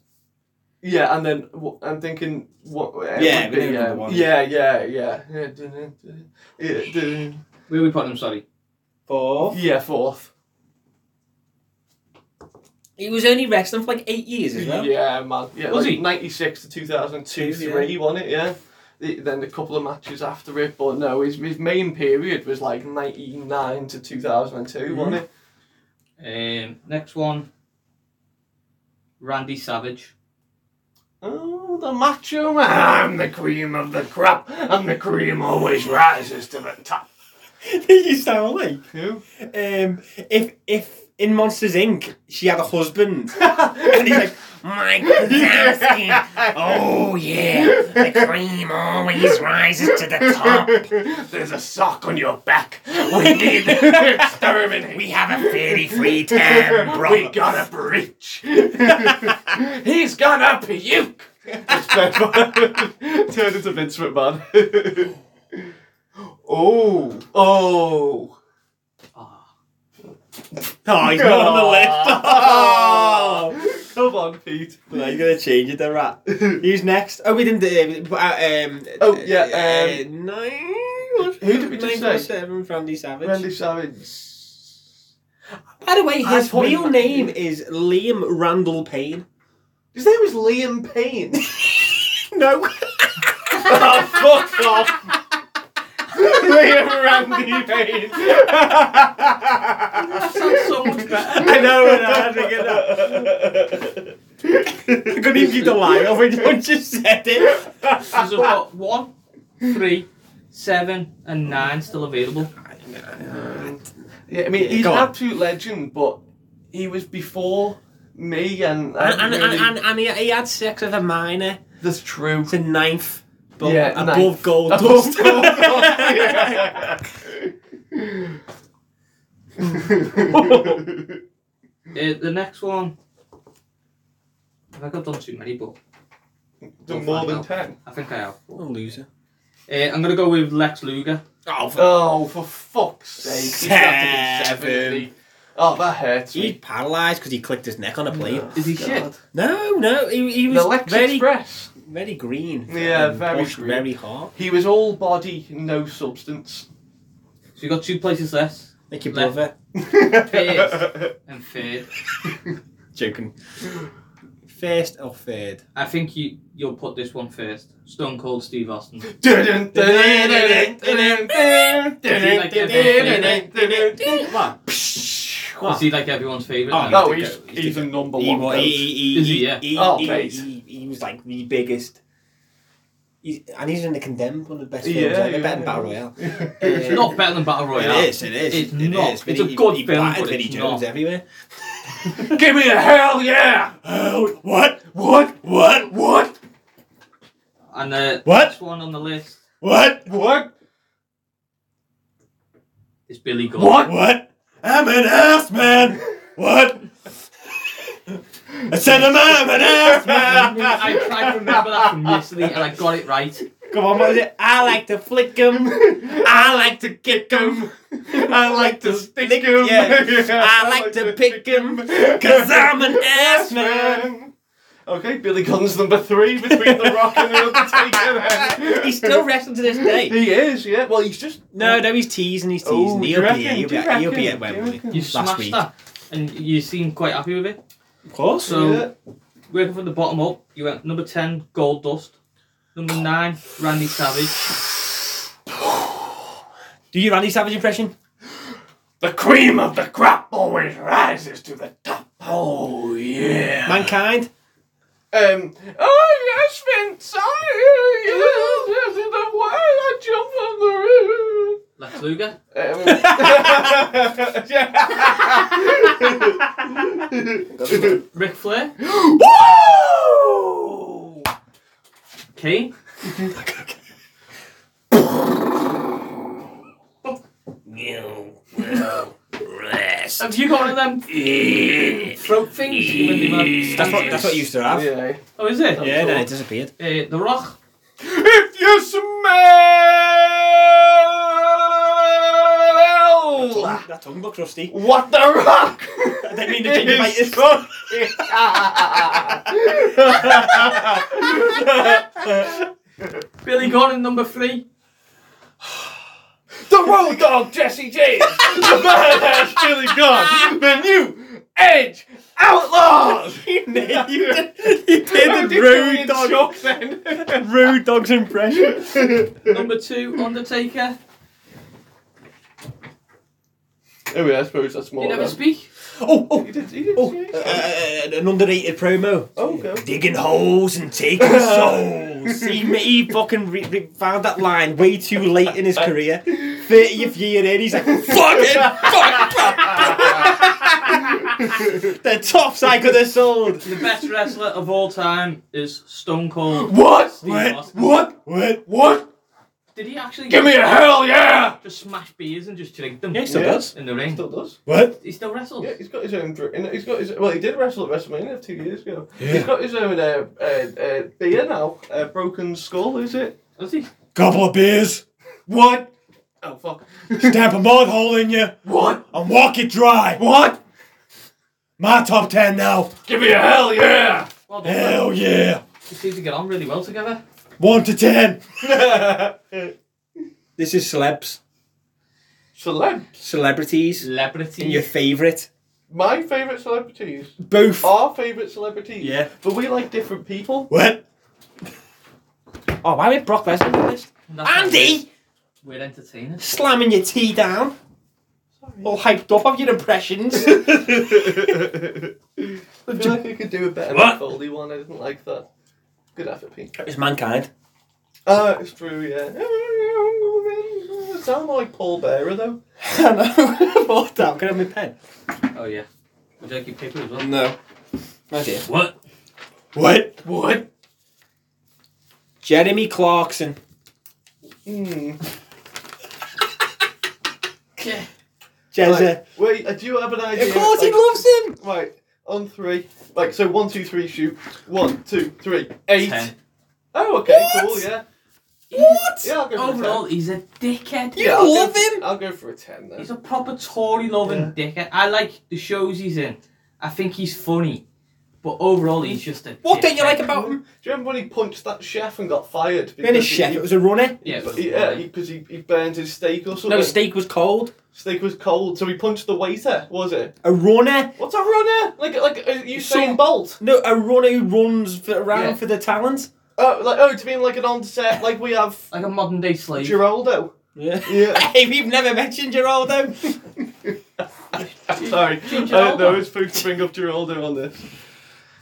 Speaker 2: yeah, and then wh- I'm thinking what? It
Speaker 4: Yeah,
Speaker 2: would
Speaker 4: we know
Speaker 2: be,
Speaker 4: number
Speaker 2: um,
Speaker 4: one.
Speaker 2: yeah, yeah, yeah, yeah, dun- dun- dun- dun-
Speaker 5: Where we put him, sorry.
Speaker 4: Four.
Speaker 2: yeah, fourth.
Speaker 4: He was only wrestling for like eight years as well.
Speaker 2: Yeah, man. Yeah,
Speaker 5: Was
Speaker 2: like
Speaker 5: he?
Speaker 2: Ninety-six to two thousand two,
Speaker 4: Yeah.
Speaker 2: three, won it. Yeah. The- Then a couple of matches after it, but no, his, his main period was like ninety nine to two thousand and
Speaker 5: Mm-hmm.
Speaker 2: two, wasn't it?
Speaker 5: Um, next one. Randy Savage.
Speaker 2: Oh, the macho man! I'm the cream of the crop, and the cream always rises to the top.
Speaker 4: you sound like
Speaker 2: Who?
Speaker 4: um, if if in Monsters Inc. she had a husband and he's like Mike Wazowski. Oh yeah, the cream always rises to the top.
Speaker 2: There's a sock on your back. We need to exterminate.
Speaker 4: We have a thirty-three ten, bro.
Speaker 2: We got a breach. He's gonna puke. Turned into Vince McMahon. oh, oh.
Speaker 4: Oh, Ah. he's not on the list. Oh.
Speaker 2: Come on, Pete.
Speaker 4: No, you gotta change it, the rat. Who's next? Oh, we didn't. Uh, but, uh, um,
Speaker 2: Oh,
Speaker 4: uh,
Speaker 2: yeah, um,
Speaker 4: uh, nine.
Speaker 2: Who did we just
Speaker 4: nine
Speaker 2: say?
Speaker 4: or Seven, Randy Savage.
Speaker 2: Randy Savage.
Speaker 4: By the way,
Speaker 2: I
Speaker 4: his
Speaker 2: thought he
Speaker 4: real
Speaker 2: might-
Speaker 4: name is Liam Randall Payne.
Speaker 2: His name was Liam Payne.
Speaker 4: No.
Speaker 2: oh, fuck off. Liam Randy Payne.
Speaker 5: That sounds so much better.
Speaker 4: I know, I know, I had to get that. I couldn't even keep the line off when you just said it.
Speaker 5: Because I've got one, three, seven, and nine still available.
Speaker 2: Yeah, I mean, he's
Speaker 4: Go
Speaker 2: an
Speaker 4: on.
Speaker 2: absolute legend, but he was before me, and, and,
Speaker 4: And, and,
Speaker 2: really,
Speaker 4: and, and, and he, he had sex with a minor.
Speaker 2: that's true.
Speaker 4: It's a ninth. But
Speaker 2: Yeah,
Speaker 4: above
Speaker 2: ninth.
Speaker 4: gold
Speaker 2: Above
Speaker 4: dust.
Speaker 2: gold dust,
Speaker 5: Uh, the next one. Have I got done too many, but
Speaker 2: Done more than ten.
Speaker 5: I think I have.
Speaker 4: What a loser.
Speaker 5: Uh, I'm gonna go with Lex Luger.
Speaker 4: Oh, for
Speaker 2: Oh, for fuck's sake! He's got to be
Speaker 4: Seven.
Speaker 2: 70. Oh, that hurts
Speaker 4: He
Speaker 2: me.
Speaker 4: paralysed because he clicked his neck on a plane.
Speaker 5: Is he
Speaker 2: God.
Speaker 5: shit?
Speaker 4: No, no, he, he
Speaker 2: The
Speaker 4: was
Speaker 2: Lex
Speaker 4: very,
Speaker 2: Express.
Speaker 4: very green.
Speaker 2: Yeah,
Speaker 4: and
Speaker 2: very
Speaker 4: pushed
Speaker 2: green.
Speaker 4: very hard.
Speaker 2: He was all body, no substance.
Speaker 5: So you got two places left.
Speaker 4: Like your
Speaker 5: Left.
Speaker 4: brother.
Speaker 5: Fifth and third.
Speaker 4: Joking. First or third?
Speaker 5: I think you you'll put this one first. Stone Cold Steve Austin.
Speaker 4: What?
Speaker 5: Is he like everyone's favorite?
Speaker 4: Oh,
Speaker 2: No, he's, he's a number
Speaker 4: He,
Speaker 2: one.
Speaker 4: wa-
Speaker 2: goat.
Speaker 4: he, he,
Speaker 5: Is he,
Speaker 4: he,
Speaker 5: yeah?
Speaker 4: he,
Speaker 2: Oh,
Speaker 4: he,
Speaker 2: please.
Speaker 4: he- he E, was like the biggest. He's, and he's in the condemned one of the best
Speaker 2: Yeah,
Speaker 4: films ever.
Speaker 2: yeah,
Speaker 4: better than
Speaker 2: yeah.
Speaker 4: Battle Royale.
Speaker 5: It's not better than Battle Royale.
Speaker 4: It is. It is.
Speaker 5: It's
Speaker 4: it
Speaker 5: not.
Speaker 4: is, but
Speaker 5: It's a
Speaker 4: he-
Speaker 5: good
Speaker 4: he
Speaker 5: film,
Speaker 4: battered
Speaker 5: but
Speaker 4: Vinnie
Speaker 5: it's
Speaker 4: Jones
Speaker 5: not.
Speaker 4: everywhere.
Speaker 2: Give me a hell yeah!
Speaker 4: Oh, what? What? What? What?
Speaker 5: And the
Speaker 4: What?
Speaker 5: next one on the list
Speaker 4: What?
Speaker 2: What?
Speaker 5: is Billy Gunn.
Speaker 4: What? I'm an ass man. What? I said I'm, I'm an ass man.
Speaker 5: I tried to remember that from yesterday and I got it right.
Speaker 4: Come on, what was it? I like to flick 'em. I like to kick 'em.
Speaker 2: I like to stick
Speaker 4: Lick
Speaker 2: him.
Speaker 4: yeah. I like to pick 'em, Cause I'm an ass man.
Speaker 2: Okay, Billy Gunn's number three between The Rock and The Undertaker. then.
Speaker 4: He's still wrestling to this day.
Speaker 2: He is, yeah. Well, he's just.
Speaker 4: No, no, he's teasing, he's teasing.
Speaker 2: Oh, do you
Speaker 4: he'll,
Speaker 2: reckon?
Speaker 4: be, he'll, be,
Speaker 2: Do you
Speaker 4: he'll
Speaker 2: reckon?
Speaker 4: be at
Speaker 2: Do you
Speaker 4: Wembley.
Speaker 2: reckon?
Speaker 5: You
Speaker 4: Last
Speaker 5: smashed
Speaker 4: week.
Speaker 5: that. And you seem quite happy with it.
Speaker 4: Of course.
Speaker 5: So
Speaker 2: Yeah.
Speaker 5: working from the bottom up, you went number ten, Gold Dust. Number nine, Randy Savage.
Speaker 4: Do you Randy Savage impression?
Speaker 2: The cream of the crop always rises to the top. Oh, yeah.
Speaker 4: Mankind?
Speaker 2: Um, oh yes, Vince, I yes, yes, the way I jump
Speaker 5: Lex Luger.
Speaker 2: on the roof. Um,
Speaker 5: Ric Flair.
Speaker 2: Woo!
Speaker 5: Kane. Have you got one of them throat things you when they
Speaker 4: That's what, that's what you used to have.
Speaker 2: Yeah.
Speaker 5: Oh, is it?
Speaker 4: Yeah, then it disappeared.
Speaker 5: Uh, the Rock.
Speaker 2: If you smell
Speaker 4: That tongue looks rusty.
Speaker 2: what the rock.
Speaker 4: I didn't mean to gingivitis.
Speaker 5: Billy Gunn in number three.
Speaker 2: The road dog Jesse James, the badass Billy Gunn, the new Edge Outlaws.
Speaker 4: you did, you
Speaker 2: How
Speaker 4: did
Speaker 2: did you
Speaker 4: rude
Speaker 2: get
Speaker 4: dog,
Speaker 2: shocked then?
Speaker 4: rude dog's impression.
Speaker 5: Number two, Undertaker.
Speaker 2: Oh yeah, I suppose that's more.
Speaker 5: You never
Speaker 2: than-
Speaker 5: speak.
Speaker 4: Oh, oh,
Speaker 2: He did. He did.
Speaker 4: oh,
Speaker 2: yeah.
Speaker 4: uh, uh, an underrated promo.
Speaker 2: Oh, okay.
Speaker 4: Digging holes and taking souls. he, ma- he fucking re- re- found that line way too late in his career. 30th year in, he's like, fucking fuck, fuck. the tops I could have sold.
Speaker 5: The best wrestler of all time is Stone Cold.
Speaker 2: What?
Speaker 5: Steve
Speaker 2: What?
Speaker 5: Austin.
Speaker 2: What?
Speaker 4: What?
Speaker 2: What?
Speaker 5: Did he actually
Speaker 2: Give me a hell yeah!
Speaker 5: just smash beers and just drink them?
Speaker 4: Yeah, he still
Speaker 2: Yeah.
Speaker 4: does.
Speaker 5: in the ring.
Speaker 2: Still does.
Speaker 4: What?
Speaker 5: He still wrestles.
Speaker 2: Yeah, he's got his own. Dr- he's got his. Well, he did wrestle at WrestleMania two years ago. He's got his own uh, uh, uh, beer now. Uh, broken skull, is it?
Speaker 5: Does he?
Speaker 4: Couple of beers,
Speaker 2: What? Oh fuck!
Speaker 4: stamp a mud hole in you,
Speaker 2: What?
Speaker 4: and walk it dry.
Speaker 2: What?
Speaker 4: My top 10 now.
Speaker 2: Give me a hell yeah!
Speaker 5: Well done. man.
Speaker 4: yeah.
Speaker 5: They seem to get on really well together.
Speaker 4: One to ten. This is celebs,
Speaker 2: Celeb.
Speaker 4: celebrities,
Speaker 5: Celebrity.
Speaker 4: and your favourite.
Speaker 2: My favourite celebrities.
Speaker 4: Both.
Speaker 2: Our favourite celebrities.
Speaker 4: Yeah.
Speaker 2: But we like different people.
Speaker 4: What? Oh, why would Brock Lesnar do this?
Speaker 5: That's how it is.
Speaker 4: Andy,
Speaker 5: We're entertainers.
Speaker 4: slamming your tea down.
Speaker 2: Oh,
Speaker 4: All hyped up of your impressions.
Speaker 2: I feel like we could do a better
Speaker 4: What?
Speaker 2: Foldy one. I didn't like that. Good effort, Pete. Uh,
Speaker 4: it's mankind.
Speaker 2: Oh, it's true, yeah. doesn't sound like Paul Bearer though.
Speaker 4: I know. What damn? Can I have my pen?
Speaker 5: Oh yeah. Would you like your paper as well?
Speaker 4: No. Oh dear.
Speaker 5: What?
Speaker 4: What?
Speaker 2: What?
Speaker 4: Jeremy Clarkson.
Speaker 2: Hmm.
Speaker 4: Jezza.
Speaker 2: Right, wait, uh, do you have an idea?
Speaker 4: Of course, he
Speaker 2: like-
Speaker 4: loves him.
Speaker 2: Right, on three. Like, so one, two, three, shoot. One, two, three, eight.
Speaker 5: Ten.
Speaker 2: Oh, okay, cool, yeah.
Speaker 4: What?
Speaker 2: Yeah, I'll go for
Speaker 5: Overall,
Speaker 2: a
Speaker 5: he's a dickhead.
Speaker 2: ten. yeah, I'll
Speaker 4: love
Speaker 2: go,
Speaker 4: him.
Speaker 2: I'll go for a ten then.
Speaker 5: He's a proper Tory loving dickhead. I like the shows he's in. I think he's funny, but overall he's just a.
Speaker 4: What don't you
Speaker 5: dickhead.
Speaker 4: like about him?
Speaker 2: Do you remember when he punched that chef and got fired?
Speaker 4: Being a
Speaker 2: he-
Speaker 4: chef,
Speaker 2: he-
Speaker 4: it was a runner.
Speaker 5: Yeah, it was
Speaker 2: he- yeah, because he, he burned his steak or something.
Speaker 4: No, steak was cold.
Speaker 2: Steak was cold, so he punched the waiter, was it?
Speaker 4: A runner.
Speaker 2: What's a runner? Like, like uh, you
Speaker 4: Some-
Speaker 2: saying Bolt?
Speaker 4: No, a runner who runs for, around
Speaker 5: Yeah.
Speaker 4: for the talent.
Speaker 2: Oh, like oh, to be like an on-set, like we have
Speaker 5: like a modern day slave.
Speaker 2: Geraldo.
Speaker 4: Yeah.
Speaker 2: Yeah.
Speaker 4: hey, we've never mentioned Geraldo.
Speaker 2: Sorry, I don't know. It's supposed to bring up Geraldo on this.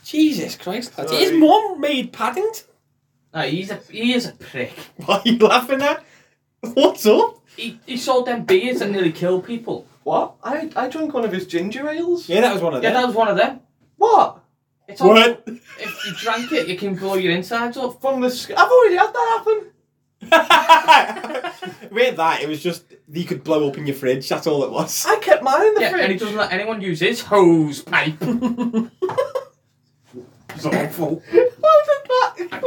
Speaker 4: Jesus Christ, lads.
Speaker 2: Sorry.
Speaker 4: His mum made Paddington.
Speaker 5: No, he's a he is a prick.
Speaker 4: Why are you laughing at? What's up?
Speaker 5: He, he sold them beers and nearly killed people.
Speaker 2: What? I I drank one of his ginger ales.
Speaker 4: Yeah, that was one of
Speaker 5: Yeah,
Speaker 4: them.
Speaker 5: that was one of them.
Speaker 2: What?
Speaker 5: It's all,
Speaker 4: What?
Speaker 5: If you drank it, it can blow your insides up.
Speaker 2: From the sky? I've already had that happen.
Speaker 4: With that, it was just you could blow up in your fridge. That's all it was.
Speaker 2: I kept mine in the
Speaker 5: Yeah, and he
Speaker 2: fridge.
Speaker 5: doesn't let anyone use his hose pipe. it's awful.
Speaker 2: How did that?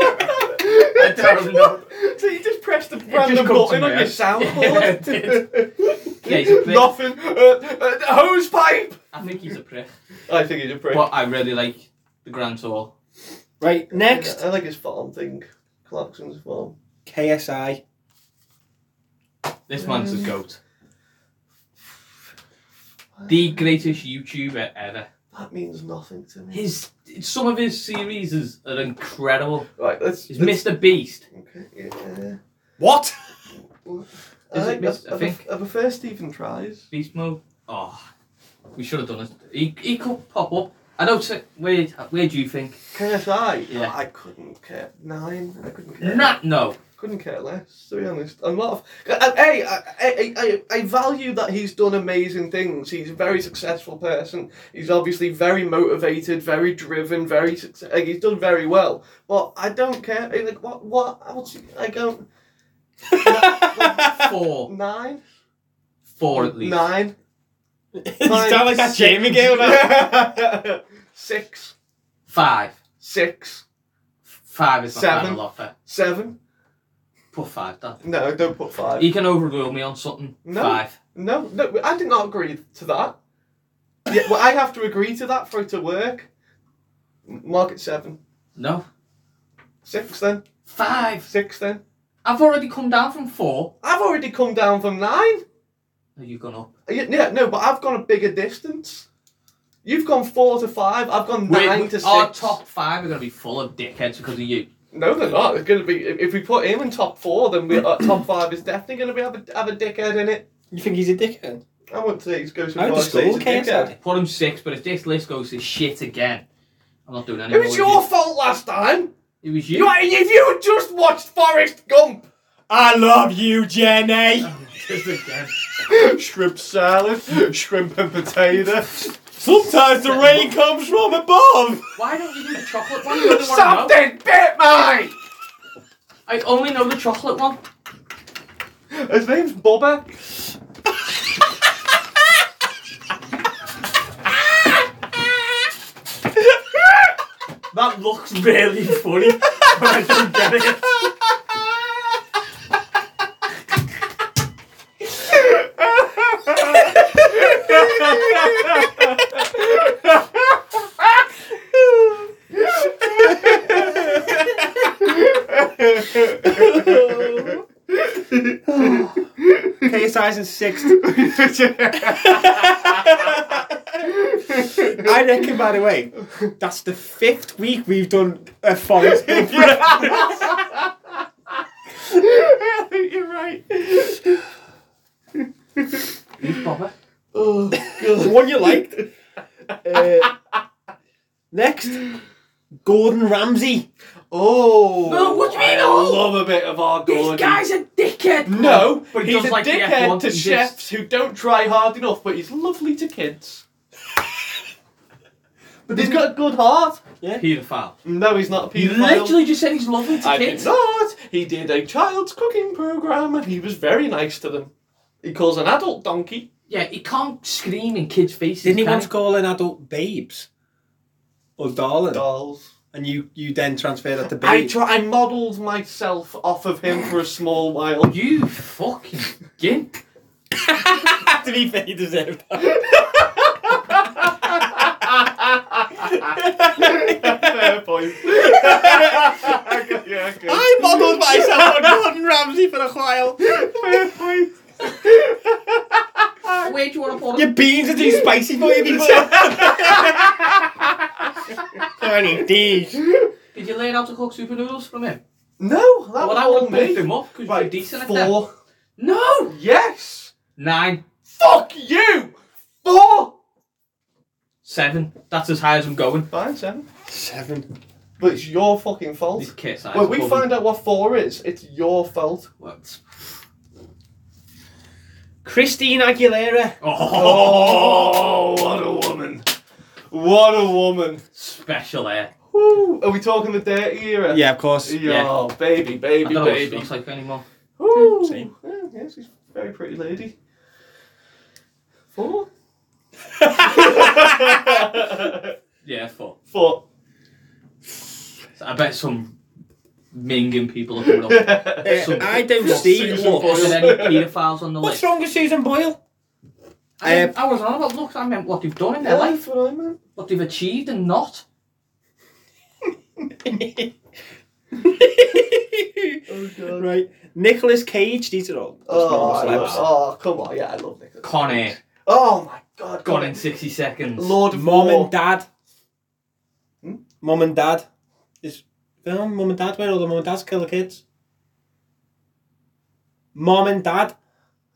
Speaker 5: I don't know.
Speaker 2: So you just pressed the
Speaker 5: just
Speaker 2: random
Speaker 5: comes
Speaker 2: button
Speaker 5: to
Speaker 2: on
Speaker 5: my
Speaker 2: your
Speaker 5: head.
Speaker 2: soundboard.
Speaker 5: Yeah, Yeah, he's a prick.
Speaker 2: Nothing. Uh, uh, hose pipe.
Speaker 5: I think he's a prick.
Speaker 2: I think he's a prick.
Speaker 5: But I really like the Grand Tour.
Speaker 4: Right next,
Speaker 2: Yeah, I like his farm thing. Clarkson's farm.
Speaker 4: KSI.
Speaker 5: This man's a goat. The greatest YouTuber ever.
Speaker 2: That means nothing to me.
Speaker 5: His some of his series is, are incredible.
Speaker 2: Right, let's.
Speaker 5: He's
Speaker 2: let's-
Speaker 5: Mr. Beast.
Speaker 2: Okay, yeah.
Speaker 4: What?
Speaker 2: I
Speaker 5: Is it
Speaker 2: like
Speaker 5: Miss-
Speaker 2: that-
Speaker 5: I
Speaker 2: of a-
Speaker 5: think-
Speaker 2: of a first Stephen tries.
Speaker 5: Beast mode. Oh, we should have done it. He, he could pop up. I don't say. Where where do you think?
Speaker 2: KSI.
Speaker 5: Yeah.
Speaker 2: I couldn't care nine. I couldn't care.
Speaker 5: Nah, no.
Speaker 2: Couldn't care less. To be honest, I'm not. Of, and, hey, I, I, I, I value that he's done amazing things. He's a very successful person. He's obviously very motivated, very driven, very success. Like, he's done very well. But I don't care. Like what? What? What's, I don't.
Speaker 5: Four,
Speaker 2: Nine.
Speaker 5: four at least.
Speaker 2: Nine.
Speaker 4: you sound like that Jamie girl. now.
Speaker 2: girl. six.
Speaker 5: Five.
Speaker 2: Six.
Speaker 5: Five is my
Speaker 2: Seven.
Speaker 5: final offer.
Speaker 2: Seven.
Speaker 5: Put five down.
Speaker 2: No, don't put five.
Speaker 5: He can overrule me on something.
Speaker 2: No.
Speaker 5: Five.
Speaker 2: No, no, I did not agree to that. Yeah, well, I have to agree to that for it to work. M- Mark it seven,
Speaker 5: No.
Speaker 2: six then,
Speaker 5: Five.
Speaker 2: six then.
Speaker 5: I've already come down from four.
Speaker 2: I've already come down from nine.
Speaker 5: No, you've gone up.
Speaker 2: Y- Yeah, no, but I've gone a bigger distance. You've gone four to five. I've gone nine
Speaker 5: We-
Speaker 2: to six.
Speaker 5: Our top five are going to be full of dickheads because of you.
Speaker 2: No, they're not. It's gonna be if if we put him in top four, then we our top five is definitely gonna be have a have a dickhead in it.
Speaker 4: You think he's a dickhead?
Speaker 2: I wouldn't say he's goes so
Speaker 4: I
Speaker 2: far
Speaker 4: would
Speaker 2: as to say
Speaker 4: discover
Speaker 2: he's a dickhead.
Speaker 4: KSI.
Speaker 5: Put him six, but if this list goes to shit again, I'm not doing any
Speaker 2: It
Speaker 5: more
Speaker 2: was
Speaker 5: with
Speaker 2: your
Speaker 5: you.
Speaker 2: fault last time.
Speaker 5: It was
Speaker 2: You,
Speaker 5: you.
Speaker 2: if you had just watched Forrest Gump.
Speaker 4: I love you, Jenny.
Speaker 5: Just again.
Speaker 2: shrimp salad, shrimp and potato.
Speaker 4: Sometimes the rain comes from above.
Speaker 5: Why don't you do the chocolate one? You only wanna know.
Speaker 2: Something bit my.
Speaker 5: I only know the chocolate one.
Speaker 2: His name's Bobber.
Speaker 5: That looks really funny, but I don't get it.
Speaker 4: KSI's in sixth. I reckon, by the way, that's the fifth week we've done a Forrest Gump.
Speaker 2: You're right.
Speaker 5: Bobber.
Speaker 2: Oh,
Speaker 4: The
Speaker 2: God.
Speaker 4: one you liked. Uh, next, Gordon Ramsay.
Speaker 2: Oh.
Speaker 5: No, what do you mean,
Speaker 2: I
Speaker 5: oh?
Speaker 2: love a bit of our
Speaker 5: These guy's a dickhead.
Speaker 2: No,
Speaker 5: But he
Speaker 2: he's
Speaker 5: does
Speaker 2: a
Speaker 5: like the
Speaker 2: dickhead
Speaker 5: F1,
Speaker 2: to
Speaker 5: he just-
Speaker 2: chefs who don't try hard enough, but he's lovely to kids. but he's got a good heart.
Speaker 5: Paedophile.
Speaker 2: No, he's not a
Speaker 5: He
Speaker 2: paedophile.
Speaker 5: literally just said he's lovely to
Speaker 2: I did
Speaker 5: kids.
Speaker 2: not. He did a child's cooking program, and he was very nice to them. He calls an adult donkey.
Speaker 5: Yeah, he can't scream in kids' faces.
Speaker 4: Didn't he
Speaker 5: can
Speaker 4: once call an adult babes? Or darling?
Speaker 2: Dolls.
Speaker 4: and you, you then transfer that to
Speaker 2: I
Speaker 4: babe.
Speaker 2: try. I modelled myself off of him for a small while.
Speaker 5: You fucking gimp.
Speaker 4: to be fair, you deserve that.
Speaker 2: Fair point. okay, yeah, okay.
Speaker 4: I modelled myself on Gordon Ramsay for a while.
Speaker 2: Fair point.
Speaker 5: Where do you want to put him?
Speaker 4: Your beans are too spicy for you, people. Funny dish.
Speaker 5: Did you learn how to cook super noodles from him?
Speaker 2: No, that
Speaker 5: Well,
Speaker 2: was
Speaker 5: I
Speaker 2: all
Speaker 5: would bump
Speaker 2: me.
Speaker 5: him up because
Speaker 2: Right,
Speaker 5: you're decent at that.
Speaker 2: four.
Speaker 5: No!
Speaker 2: Yes.
Speaker 5: Nine,
Speaker 2: Fuck you. Four.
Speaker 5: seven. That's as high as I'm going.
Speaker 2: Fine, seven.
Speaker 4: Seven.
Speaker 2: But it's your fucking
Speaker 5: These
Speaker 2: fault.
Speaker 5: kit size.
Speaker 2: When we find out what four is, it's your fault.
Speaker 5: What?
Speaker 4: Christine Aguilera.
Speaker 2: Oh, what a woman. What a woman.
Speaker 5: Special air.
Speaker 2: Woo. Are we talking the dirty era?
Speaker 4: Yeah, of course.
Speaker 2: Yeah, baby,
Speaker 5: I don't
Speaker 2: baby,
Speaker 5: know what she
Speaker 2: baby.
Speaker 5: looks like anymore.
Speaker 2: Ooh.
Speaker 4: Same.
Speaker 2: Yeah, yeah, she's a very pretty lady. Four?
Speaker 5: Yeah, four.
Speaker 2: Four.
Speaker 5: I bet some minging people are coming up.
Speaker 4: Uh, I don't see
Speaker 2: Susan
Speaker 4: what.
Speaker 5: Was there any paedophiles on the
Speaker 4: What's
Speaker 5: list?
Speaker 4: wrong with Susan Boyle?
Speaker 5: I, didn't- I was on about looks. I meant what they've done in their life,
Speaker 2: Uh, what I meant.
Speaker 5: what they've achieved and not.
Speaker 2: Oh, God.
Speaker 4: right. Nicholas Cage. These are all.
Speaker 2: Oh,
Speaker 4: that's
Speaker 2: I
Speaker 4: normal
Speaker 2: love-
Speaker 4: celebs.
Speaker 2: oh, come on. Yeah, I love Nicholas.
Speaker 5: Con Air.
Speaker 2: Oh, my God.
Speaker 5: Gone in 60 seconds.
Speaker 2: Lord of
Speaker 4: Mom
Speaker 2: War.
Speaker 4: and Dad.
Speaker 2: Hmm?
Speaker 4: Mom and Dad. Is film Mom and Dad where all the mom and dads kill the kids? Mom and Dad.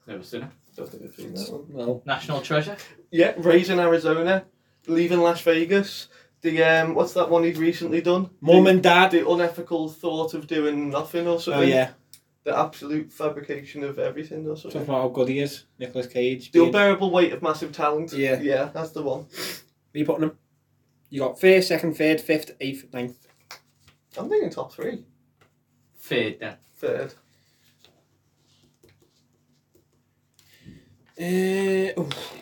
Speaker 5: Never seen it.
Speaker 2: Don't think I've seen that one.
Speaker 4: Well,
Speaker 5: National Treasure.
Speaker 2: Yeah, Raising Arizona. Leaving Las Vegas. The, um, what's that one he's recently done?
Speaker 4: Mom
Speaker 2: the,
Speaker 4: and Dad.
Speaker 2: The unethical thought of doing nothing or something.
Speaker 4: Oh yeah,
Speaker 2: The absolute fabrication of everything or something.
Speaker 4: talking about how good he is, Nicholas Cage.
Speaker 2: The
Speaker 4: being-
Speaker 2: unbearable weight of massive talent.
Speaker 4: Yeah.
Speaker 2: Yeah, that's the one.
Speaker 4: Are you putting him? You got first, second, third, fifth, eighth, ninth.
Speaker 2: I'm thinking top three.
Speaker 5: Fade then.
Speaker 2: Third.
Speaker 4: Uh, oof.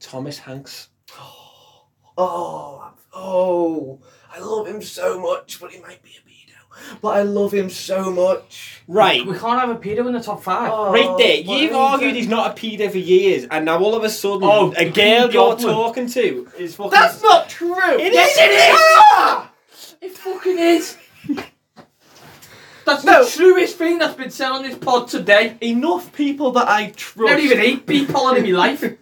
Speaker 4: Thomas Hanks.
Speaker 2: Oh, I'm- oh, I love him so much, but he might be a pedo. But I love him so much.
Speaker 4: Right.
Speaker 5: We can't have a pedo in the top five.
Speaker 2: Oh,
Speaker 4: Right there,
Speaker 2: what
Speaker 4: you've
Speaker 2: an
Speaker 4: argued
Speaker 2: idiot.
Speaker 4: he's not a pedo for years, and now all of a sudden,
Speaker 5: Oh,
Speaker 4: a girl
Speaker 5: Green
Speaker 4: you're
Speaker 5: Goblin.
Speaker 4: talking to is fucking.
Speaker 2: That's not true.
Speaker 4: It
Speaker 2: Yes,
Speaker 4: is.
Speaker 2: it is. Ah!
Speaker 5: It fucking is. That's
Speaker 2: No.
Speaker 5: the truest thing that's been said on this pod today.
Speaker 2: Enough people that I trust.
Speaker 5: don't even eat people in my life.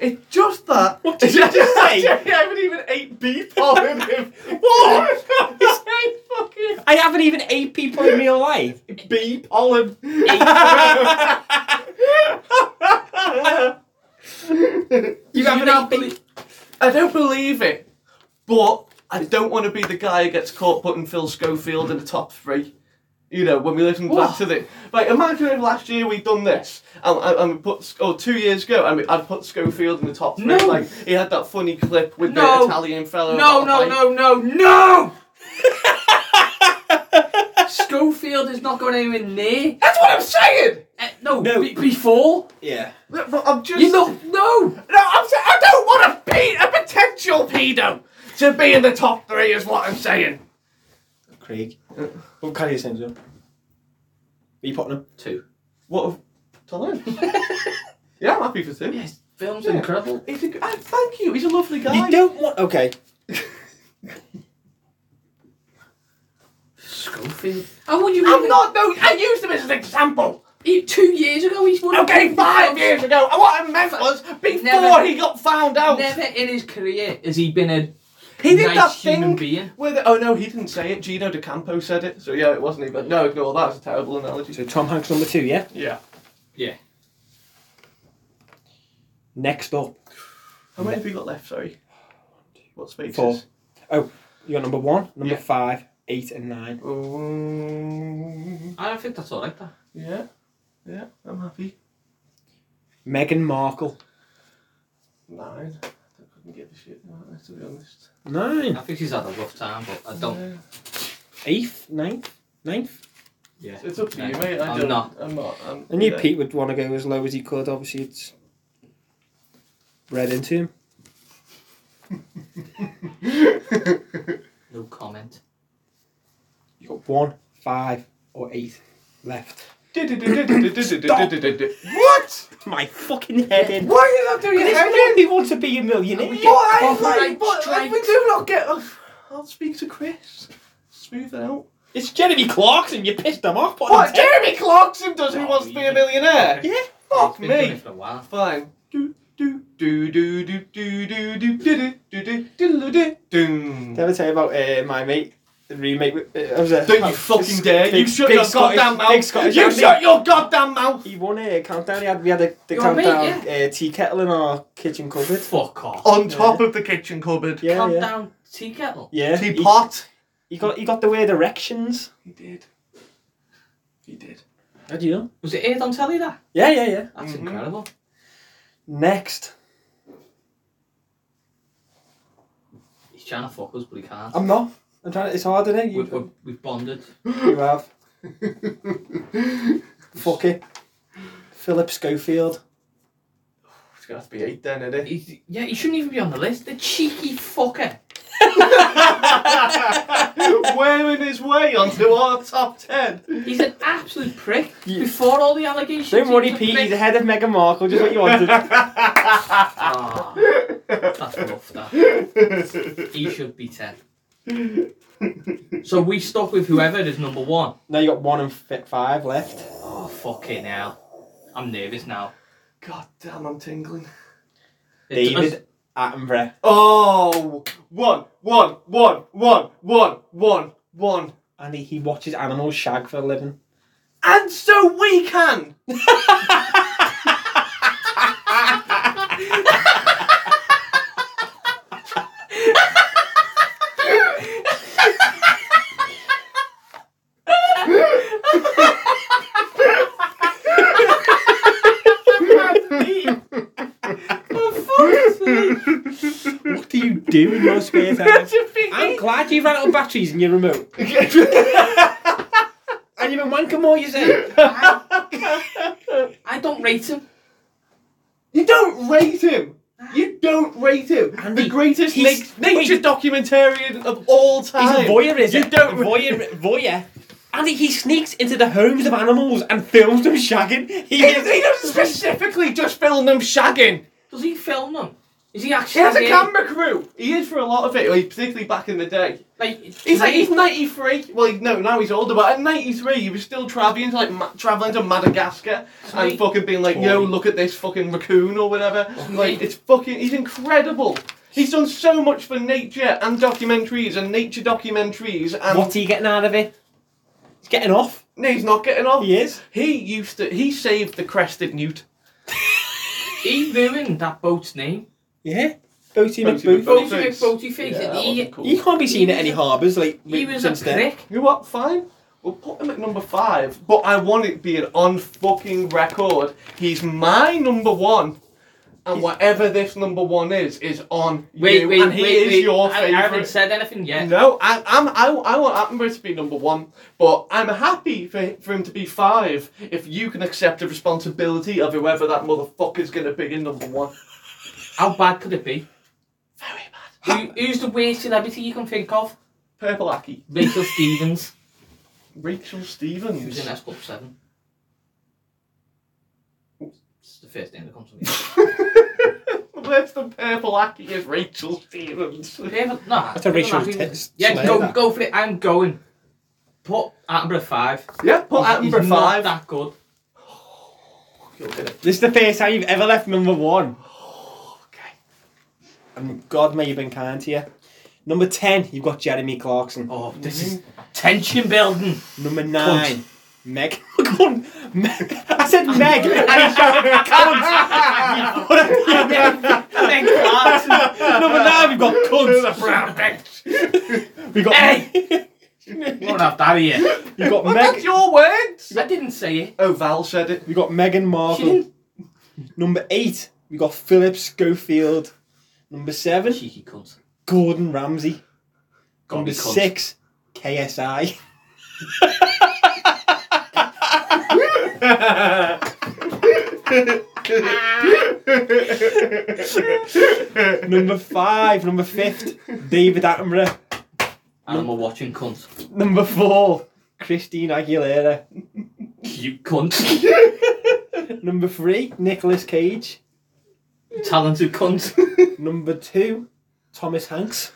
Speaker 2: It's just that. What
Speaker 4: did you just say?
Speaker 2: I haven't even ate people in him. What? I fucking
Speaker 4: I haven't even ate people in real life.
Speaker 2: bee pollen.
Speaker 4: You
Speaker 5: Do you
Speaker 4: haven't
Speaker 5: not
Speaker 4: ate people.
Speaker 5: believe-
Speaker 2: I don't believe it, but I don't want to be the guy who gets caught putting Phil Schofield in the top three. You know, when we listen back to the like, imagine if last year we'd done this, and, and, and we put Sc- or two years ago, and we, I'd put Schofield in the top three.
Speaker 5: No.
Speaker 2: Like he had that funny clip with
Speaker 5: No.
Speaker 2: the Italian fellow.
Speaker 5: No,
Speaker 2: about
Speaker 5: no,
Speaker 2: a bike.
Speaker 5: no, no, no! Schofield is not going anywhere near.
Speaker 2: That's what I'm saying.
Speaker 5: Uh, no,
Speaker 4: No.
Speaker 5: be- before.
Speaker 4: Yeah.
Speaker 2: But- but I'm just.
Speaker 5: You know, no!
Speaker 2: No, I'm saying I don't want to be a potential pedo to be in the top three. Is what I'm saying.
Speaker 4: Craig. What carry your sins on? Are you putting him?
Speaker 5: Two.
Speaker 2: What? Time. yeah, I'm happy for two.
Speaker 5: Yes, film's
Speaker 2: Yeah.
Speaker 5: incredible.
Speaker 2: He's a, g- ah, thank you. He's a lovely guy.
Speaker 4: You don't want. Okay.
Speaker 5: Schofield. How would you
Speaker 2: I'm
Speaker 5: even-
Speaker 2: not. No, I used him as an example.
Speaker 5: He- two years ago he's won. a
Speaker 2: Okay,
Speaker 5: Golden
Speaker 2: five
Speaker 5: Gloves.
Speaker 2: years ago. And What I meant was before
Speaker 5: Never-
Speaker 2: he got found out.
Speaker 5: Never in his career has he been a
Speaker 2: He did
Speaker 5: nice
Speaker 2: that
Speaker 5: human
Speaker 2: thing
Speaker 5: being.
Speaker 2: where the, oh no, he didn't say it. Gino De Campo said it. So yeah, it wasn't he. But no, ignore that. It's a terrible analogy.
Speaker 4: So Tom Hanks number two, yeah.
Speaker 2: Yeah.
Speaker 5: Yeah.
Speaker 4: Next up,
Speaker 2: How many have we got left? Sorry. What spaces?
Speaker 4: Four. Oh, you're number one, number
Speaker 2: Yeah.
Speaker 4: five, eight, and nine.
Speaker 2: Um,
Speaker 5: I don't think that's alright, that.
Speaker 2: yeah. Yeah, I'm happy.
Speaker 4: Meghan Markle.
Speaker 2: Nine. I couldn't give a shit about that, to be honest.
Speaker 4: Nine.
Speaker 5: I think she's had a rough time, but I don't.
Speaker 4: Eighth, ninth, ninth.
Speaker 5: Yeah.
Speaker 2: It's up to you,
Speaker 5: No,
Speaker 2: mate. I
Speaker 5: I'm
Speaker 2: don't,
Speaker 5: not.
Speaker 2: I'm not. I'm,
Speaker 4: I knew
Speaker 2: yeah.
Speaker 4: Pete would want to go as low as he could. Obviously, it's read into him.
Speaker 5: No comment.
Speaker 4: You got one, five, or eight left.
Speaker 2: What?
Speaker 4: My fucking head in.
Speaker 2: Why are you not doing your
Speaker 4: There's
Speaker 2: head in?
Speaker 4: nobody wants to be a millionaire.
Speaker 2: What? I,
Speaker 5: Copyright
Speaker 2: like, what?
Speaker 5: strikes.
Speaker 2: we do not get. I'll speak to Chris. Smooth it out.
Speaker 4: It's Jeremy Clarkson. You pissed him off. put
Speaker 2: What?
Speaker 4: him ten.
Speaker 2: Jeremy Clarkson does Who
Speaker 5: Oh,
Speaker 2: Wants to Be
Speaker 5: you-
Speaker 2: a Millionaire?
Speaker 4: Yeah.
Speaker 2: Fuck
Speaker 5: He's been doing
Speaker 2: me.
Speaker 5: it for a while.
Speaker 2: Fine. Do do do do do do do do do do do do do do.
Speaker 4: Did I ever tell you about uh, my mate, the roommate? with- Uh, I was a,
Speaker 2: Don't you fucking dare! you
Speaker 4: big-
Speaker 2: shut
Speaker 4: big
Speaker 2: your
Speaker 4: Scottish-
Speaker 2: goddamn
Speaker 4: big
Speaker 2: mouth!
Speaker 4: Scottish
Speaker 2: you
Speaker 4: Andy.
Speaker 2: shut your goddamn mouth!
Speaker 4: He won a countdown. He had, we had a, the
Speaker 5: You're a mate,
Speaker 4: countdown uh, tea kettle in our kitchen cupboard.
Speaker 5: Fuck off.
Speaker 2: On top of the kitchen cupboard.
Speaker 4: Yeah,
Speaker 5: Calm
Speaker 4: yeah.
Speaker 5: down, tea kettle.
Speaker 4: Yeah. he,
Speaker 2: Teapot.
Speaker 4: he got he got the word erections.
Speaker 2: He did. He did.
Speaker 4: How do you know?
Speaker 5: Was it aired on telly, that?
Speaker 4: Yeah, yeah, yeah.
Speaker 5: That's incredible.
Speaker 4: Next,
Speaker 5: He's trying to fuck us, but he can't.
Speaker 4: I'm not. I'm trying. It's hard, isn't it?
Speaker 5: We've, we've,
Speaker 4: You,
Speaker 5: we've bonded.
Speaker 4: you have. Fuck it. Philip Schofield.
Speaker 2: It's gonna have to be eight then, isn't it?
Speaker 5: He's, yeah, he shouldn't even be on the list. The cheeky fucker.
Speaker 2: Wearing his way onto our top ten.
Speaker 5: He's an absolute prick.
Speaker 4: Yeah.
Speaker 5: Before all the allegations.
Speaker 4: Don't
Speaker 5: he
Speaker 4: worry,
Speaker 5: was a
Speaker 4: Pete.
Speaker 5: prick.
Speaker 4: He's ahead of Meghan Markle. Just what you wanted.
Speaker 5: Ah, that's rough, that. He should be 10. So we stuck with whoever is number one.
Speaker 4: now you got one and fi- five left.
Speaker 5: Oh, fucking hell. I'm nervous now.
Speaker 2: God damn, I'm tingling.
Speaker 5: It's-
Speaker 4: David Attenborough.
Speaker 2: Oh, one, one, one, one, one, one, one.
Speaker 4: And he, he watches animals shag for a living.
Speaker 2: And so we can.
Speaker 4: What do you do in your spare time? I'm glad you ran out of batteries in your remote. and you've been wanking more, you say?
Speaker 5: I don't rate him.
Speaker 2: You don't rate him. You don't rate him.
Speaker 4: Andy,
Speaker 2: the greatest
Speaker 4: he's-
Speaker 2: na- nature
Speaker 4: wait.
Speaker 2: documentarian of all time.
Speaker 4: He's a voyeur, is
Speaker 2: You
Speaker 4: it?
Speaker 2: don't-
Speaker 4: Voyeur, voyeur. And he, he sneaks into the homes of animals and films them shagging. He,
Speaker 2: He, he doesn't specifically just film them shagging.
Speaker 5: Does he film them? Is he
Speaker 2: He
Speaker 5: actually.
Speaker 2: has a
Speaker 5: there?
Speaker 2: camera crew. He is for a lot of it, like, particularly back in the day.
Speaker 5: Like,
Speaker 2: He's like he's 93. Well, no, now he's older, but at 93, he was still traveling to like ma- traveling to Madagascar and
Speaker 5: Right.
Speaker 2: fucking being like, "Yo, look at this fucking raccoon or whatever." Like it's fucking. He's incredible. He's done so much for nature and documentaries and nature documentaries and
Speaker 4: What are you getting out of it? He's getting off.
Speaker 2: no, he's not getting off.
Speaker 4: He is.
Speaker 2: He used to. He saved the crested newt.
Speaker 5: He ruined that boat's name.
Speaker 4: Yeah. Boaty
Speaker 2: Boaty
Speaker 4: McBooth.
Speaker 5: Boaty
Speaker 2: McBooth. Boatface.
Speaker 5: McBoaty face.
Speaker 2: Yeah, that
Speaker 5: he,
Speaker 2: wasn't cool.
Speaker 4: You can't be seen at any harbours like
Speaker 5: he was a
Speaker 4: since then.
Speaker 5: prick.
Speaker 2: You know what? Fine. We'll put him at number five, but I want it being on fucking record. He's my number one, and whatever this number one is, is on
Speaker 5: Wait,
Speaker 2: you,
Speaker 5: wait,
Speaker 2: and he
Speaker 5: wait,
Speaker 2: is
Speaker 5: wait.
Speaker 2: your
Speaker 5: I, I haven't
Speaker 2: favourite.
Speaker 5: said anything yet.
Speaker 2: no, I, I'm I, I want Attenborough to be number one, but I'm happy for, for him to be five if you can accept the responsibility of whoever that motherfucker's gonna be in number one.
Speaker 5: How bad could it be?
Speaker 2: Very bad.
Speaker 5: Who, who's the worst celebrity you can think of?
Speaker 2: Purple Aki.
Speaker 5: Rachel Stevens.
Speaker 2: Rachel
Speaker 5: She was
Speaker 2: Stevens.
Speaker 5: in S Club 7. It's the first thing that comes to me.
Speaker 2: Where's the purple Aki is Rachel Stevens?
Speaker 5: Yeah, but no,
Speaker 4: That's a racial
Speaker 5: Attenborough-
Speaker 4: test.
Speaker 5: Yeah,
Speaker 4: Slay
Speaker 5: go,
Speaker 4: that.
Speaker 5: go for it. I'm going. Put Attenborough 5.
Speaker 2: Yeah, put
Speaker 5: He's- he's
Speaker 2: Attenborough five.
Speaker 5: Not that good.
Speaker 2: You're gonna
Speaker 4: This is the first time you've ever left number one.
Speaker 2: okay.
Speaker 4: And God may have been kind to you. Number 10, you've got Jeremy Clarkson.
Speaker 5: Oh, this is tension building.
Speaker 4: Number nine, Meg. Cunt. Meg. I said Meg. and he shouted cunt.
Speaker 5: then class.
Speaker 4: no, but now we've got cunts. We've got. Hey!
Speaker 5: You won't have that here.
Speaker 4: We've got, Meg-
Speaker 2: your words.
Speaker 5: I didn't say it.
Speaker 2: Oh, Val said it.
Speaker 4: we've got Meghan Markle. Number eight, we've got Philip Schofield. Number seven,
Speaker 5: Cheeky cunt.
Speaker 4: Gordon Ramsay.
Speaker 5: Gotta
Speaker 4: Number
Speaker 5: be cunt.
Speaker 4: six, KSI. number five, number fifth, David Attenborough.
Speaker 5: Animal watching cunt.
Speaker 4: Number four, Christine Aguilera.
Speaker 5: Cute cunt.
Speaker 4: Number three, Nicolas Cage.
Speaker 5: Talented cunt.
Speaker 4: Number two, Thomas Hanks.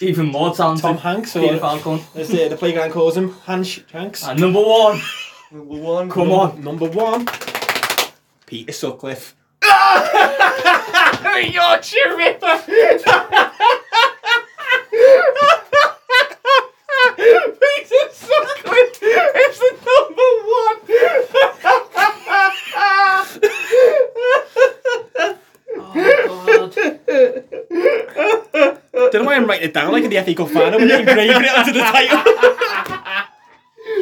Speaker 5: Even more talented.
Speaker 4: Tom Hanks,
Speaker 5: Peter
Speaker 4: or
Speaker 5: Falcon.
Speaker 4: as the, the playground calls him, Hans Hanks. Oh,
Speaker 5: And number one.
Speaker 2: Number one.
Speaker 5: Come on.
Speaker 4: Number one, Peter Sutcliffe.
Speaker 6: Yorkshire Ripper. Peter Sutcliffe is the number one.
Speaker 5: Oh, God.
Speaker 4: Don't know why I'm writing it down like in the FA Cup final. We're engraving it onto the title.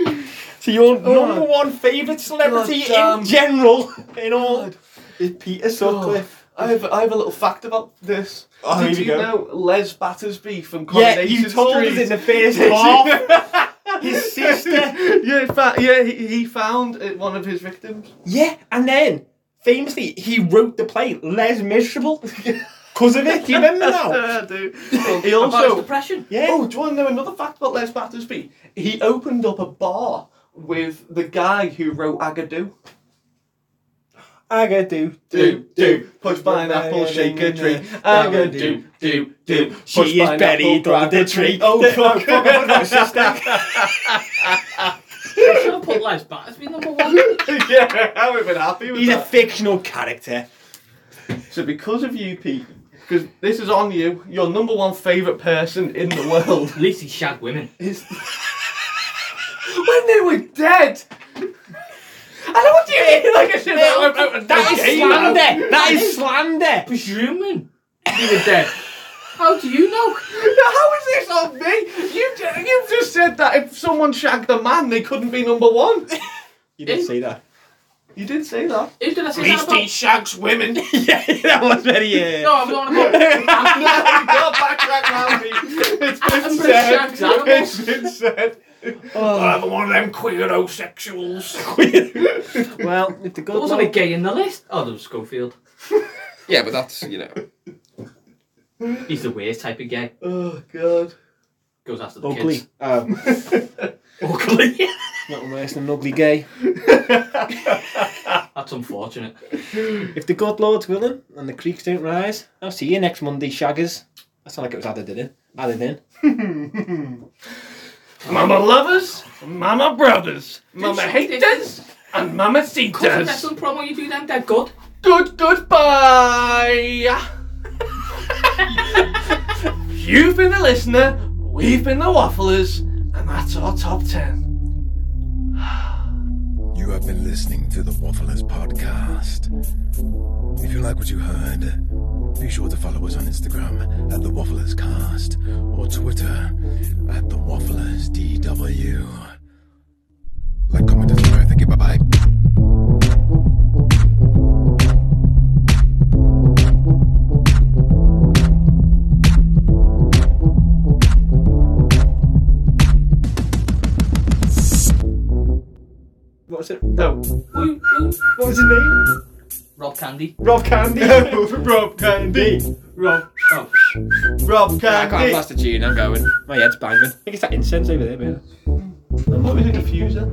Speaker 4: Oh, so your number one favourite celebrity
Speaker 2: God
Speaker 4: in
Speaker 2: damn.
Speaker 4: general in all is Peter Sutcliffe.
Speaker 2: I have, I have a little fact about this.
Speaker 4: Oh, here
Speaker 2: Did
Speaker 4: we
Speaker 2: you
Speaker 4: go.
Speaker 2: know Les Battersby from
Speaker 4: yeah,
Speaker 2: Coronation
Speaker 4: you told
Speaker 2: Street?
Speaker 4: us in the first half. His sister.
Speaker 2: yeah, in fact, yeah, he, he found uh, one of his victims.
Speaker 4: Yeah, and then famously he wrote the play Les Miserable because of it. Do you remember now?
Speaker 2: Uh, dude. He
Speaker 5: About his
Speaker 2: also.
Speaker 5: depression.
Speaker 4: Oh, Yeah.
Speaker 2: Oh, do you want to know another fact about Les Battersby? He opened up a bar with the guy who wrote Agadoo.
Speaker 4: I gotta do
Speaker 2: Do, do, push pineapple, shake a tree. Agadoo, do, do.
Speaker 4: She
Speaker 2: push
Speaker 4: is
Speaker 2: pineapple,
Speaker 4: buried
Speaker 2: grab
Speaker 4: under
Speaker 2: a
Speaker 4: the tree.
Speaker 2: Oh,
Speaker 4: fuck, fuck, I forgot about sister.
Speaker 5: I should have put Les Battersby number one.
Speaker 2: yeah, I would have been happy with
Speaker 4: He's a
Speaker 2: that.
Speaker 4: fictional character.
Speaker 2: So because of you, Pete, because this is on you, your number one favourite person in the world
Speaker 5: At least he shagged women.
Speaker 2: is when they were dead. I know what you mean. Like I said, that, I- I-
Speaker 4: That is
Speaker 2: okay,
Speaker 4: slander. That is slander.
Speaker 5: Presuming he was dead. How do you know?
Speaker 2: now, how is this on me? You ju- you just said that if someone shagged a man, they couldn't be number one.
Speaker 4: You
Speaker 5: didn't
Speaker 4: say that.
Speaker 2: You did say that.
Speaker 5: Who did I say that about?
Speaker 6: shags women.
Speaker 4: yeah, that was very.
Speaker 5: No,
Speaker 4: Uh,
Speaker 5: I was on about.
Speaker 2: no, you got back right now, Pete. It's been
Speaker 5: I'm pretty
Speaker 2: said.
Speaker 5: shagged animal.
Speaker 2: It's been said. Oh.
Speaker 6: Another Oh. one of them queerosexuals.
Speaker 4: well, if the good
Speaker 5: There wasn't a
Speaker 4: Lord-
Speaker 5: gay in the list. Oh, there was Schofield.
Speaker 6: Yeah, but that's you know.
Speaker 5: He's the worst type of gay.
Speaker 2: Oh God.
Speaker 5: Goes after the
Speaker 4: ugly.
Speaker 5: kids.
Speaker 4: Oh,
Speaker 5: Ugly.
Speaker 4: not worse than an ugly gay.
Speaker 5: That's unfortunate.
Speaker 4: If the good Lord's willing and the creeks don't rise, I'll see you next Monday, shaggers. That's not like it was added in. Added in.
Speaker 6: Mama lovers, mama brothers, mama
Speaker 5: she-
Speaker 6: haters, and mama
Speaker 5: Cousin
Speaker 6: seaters.
Speaker 5: wrestling promo, you do them, they're good.
Speaker 2: Good goodbye. You've been the listener, we've been the wafflers, and that's our top 10.
Speaker 1: You have been listening to the Wafflers Podcast. If you like what you heard, be sure to follow us on Instagram at the Wafflers Cast or Twitter at the Wafflers DW. Like, comment, and subscribe. Thank you. Bye bye.
Speaker 4: What was it?
Speaker 2: No.
Speaker 5: Woo, woo.
Speaker 4: What was his name?
Speaker 5: Rob Candy.
Speaker 4: Rob Candy.
Speaker 2: Rob Candy.
Speaker 4: Rob.
Speaker 5: Oh,
Speaker 2: Rob
Speaker 6: I can't
Speaker 2: Candy.
Speaker 6: blast the tune, I'm going.
Speaker 4: My head's banging. I think it's that incense over there, baby.
Speaker 2: What was a diffuser?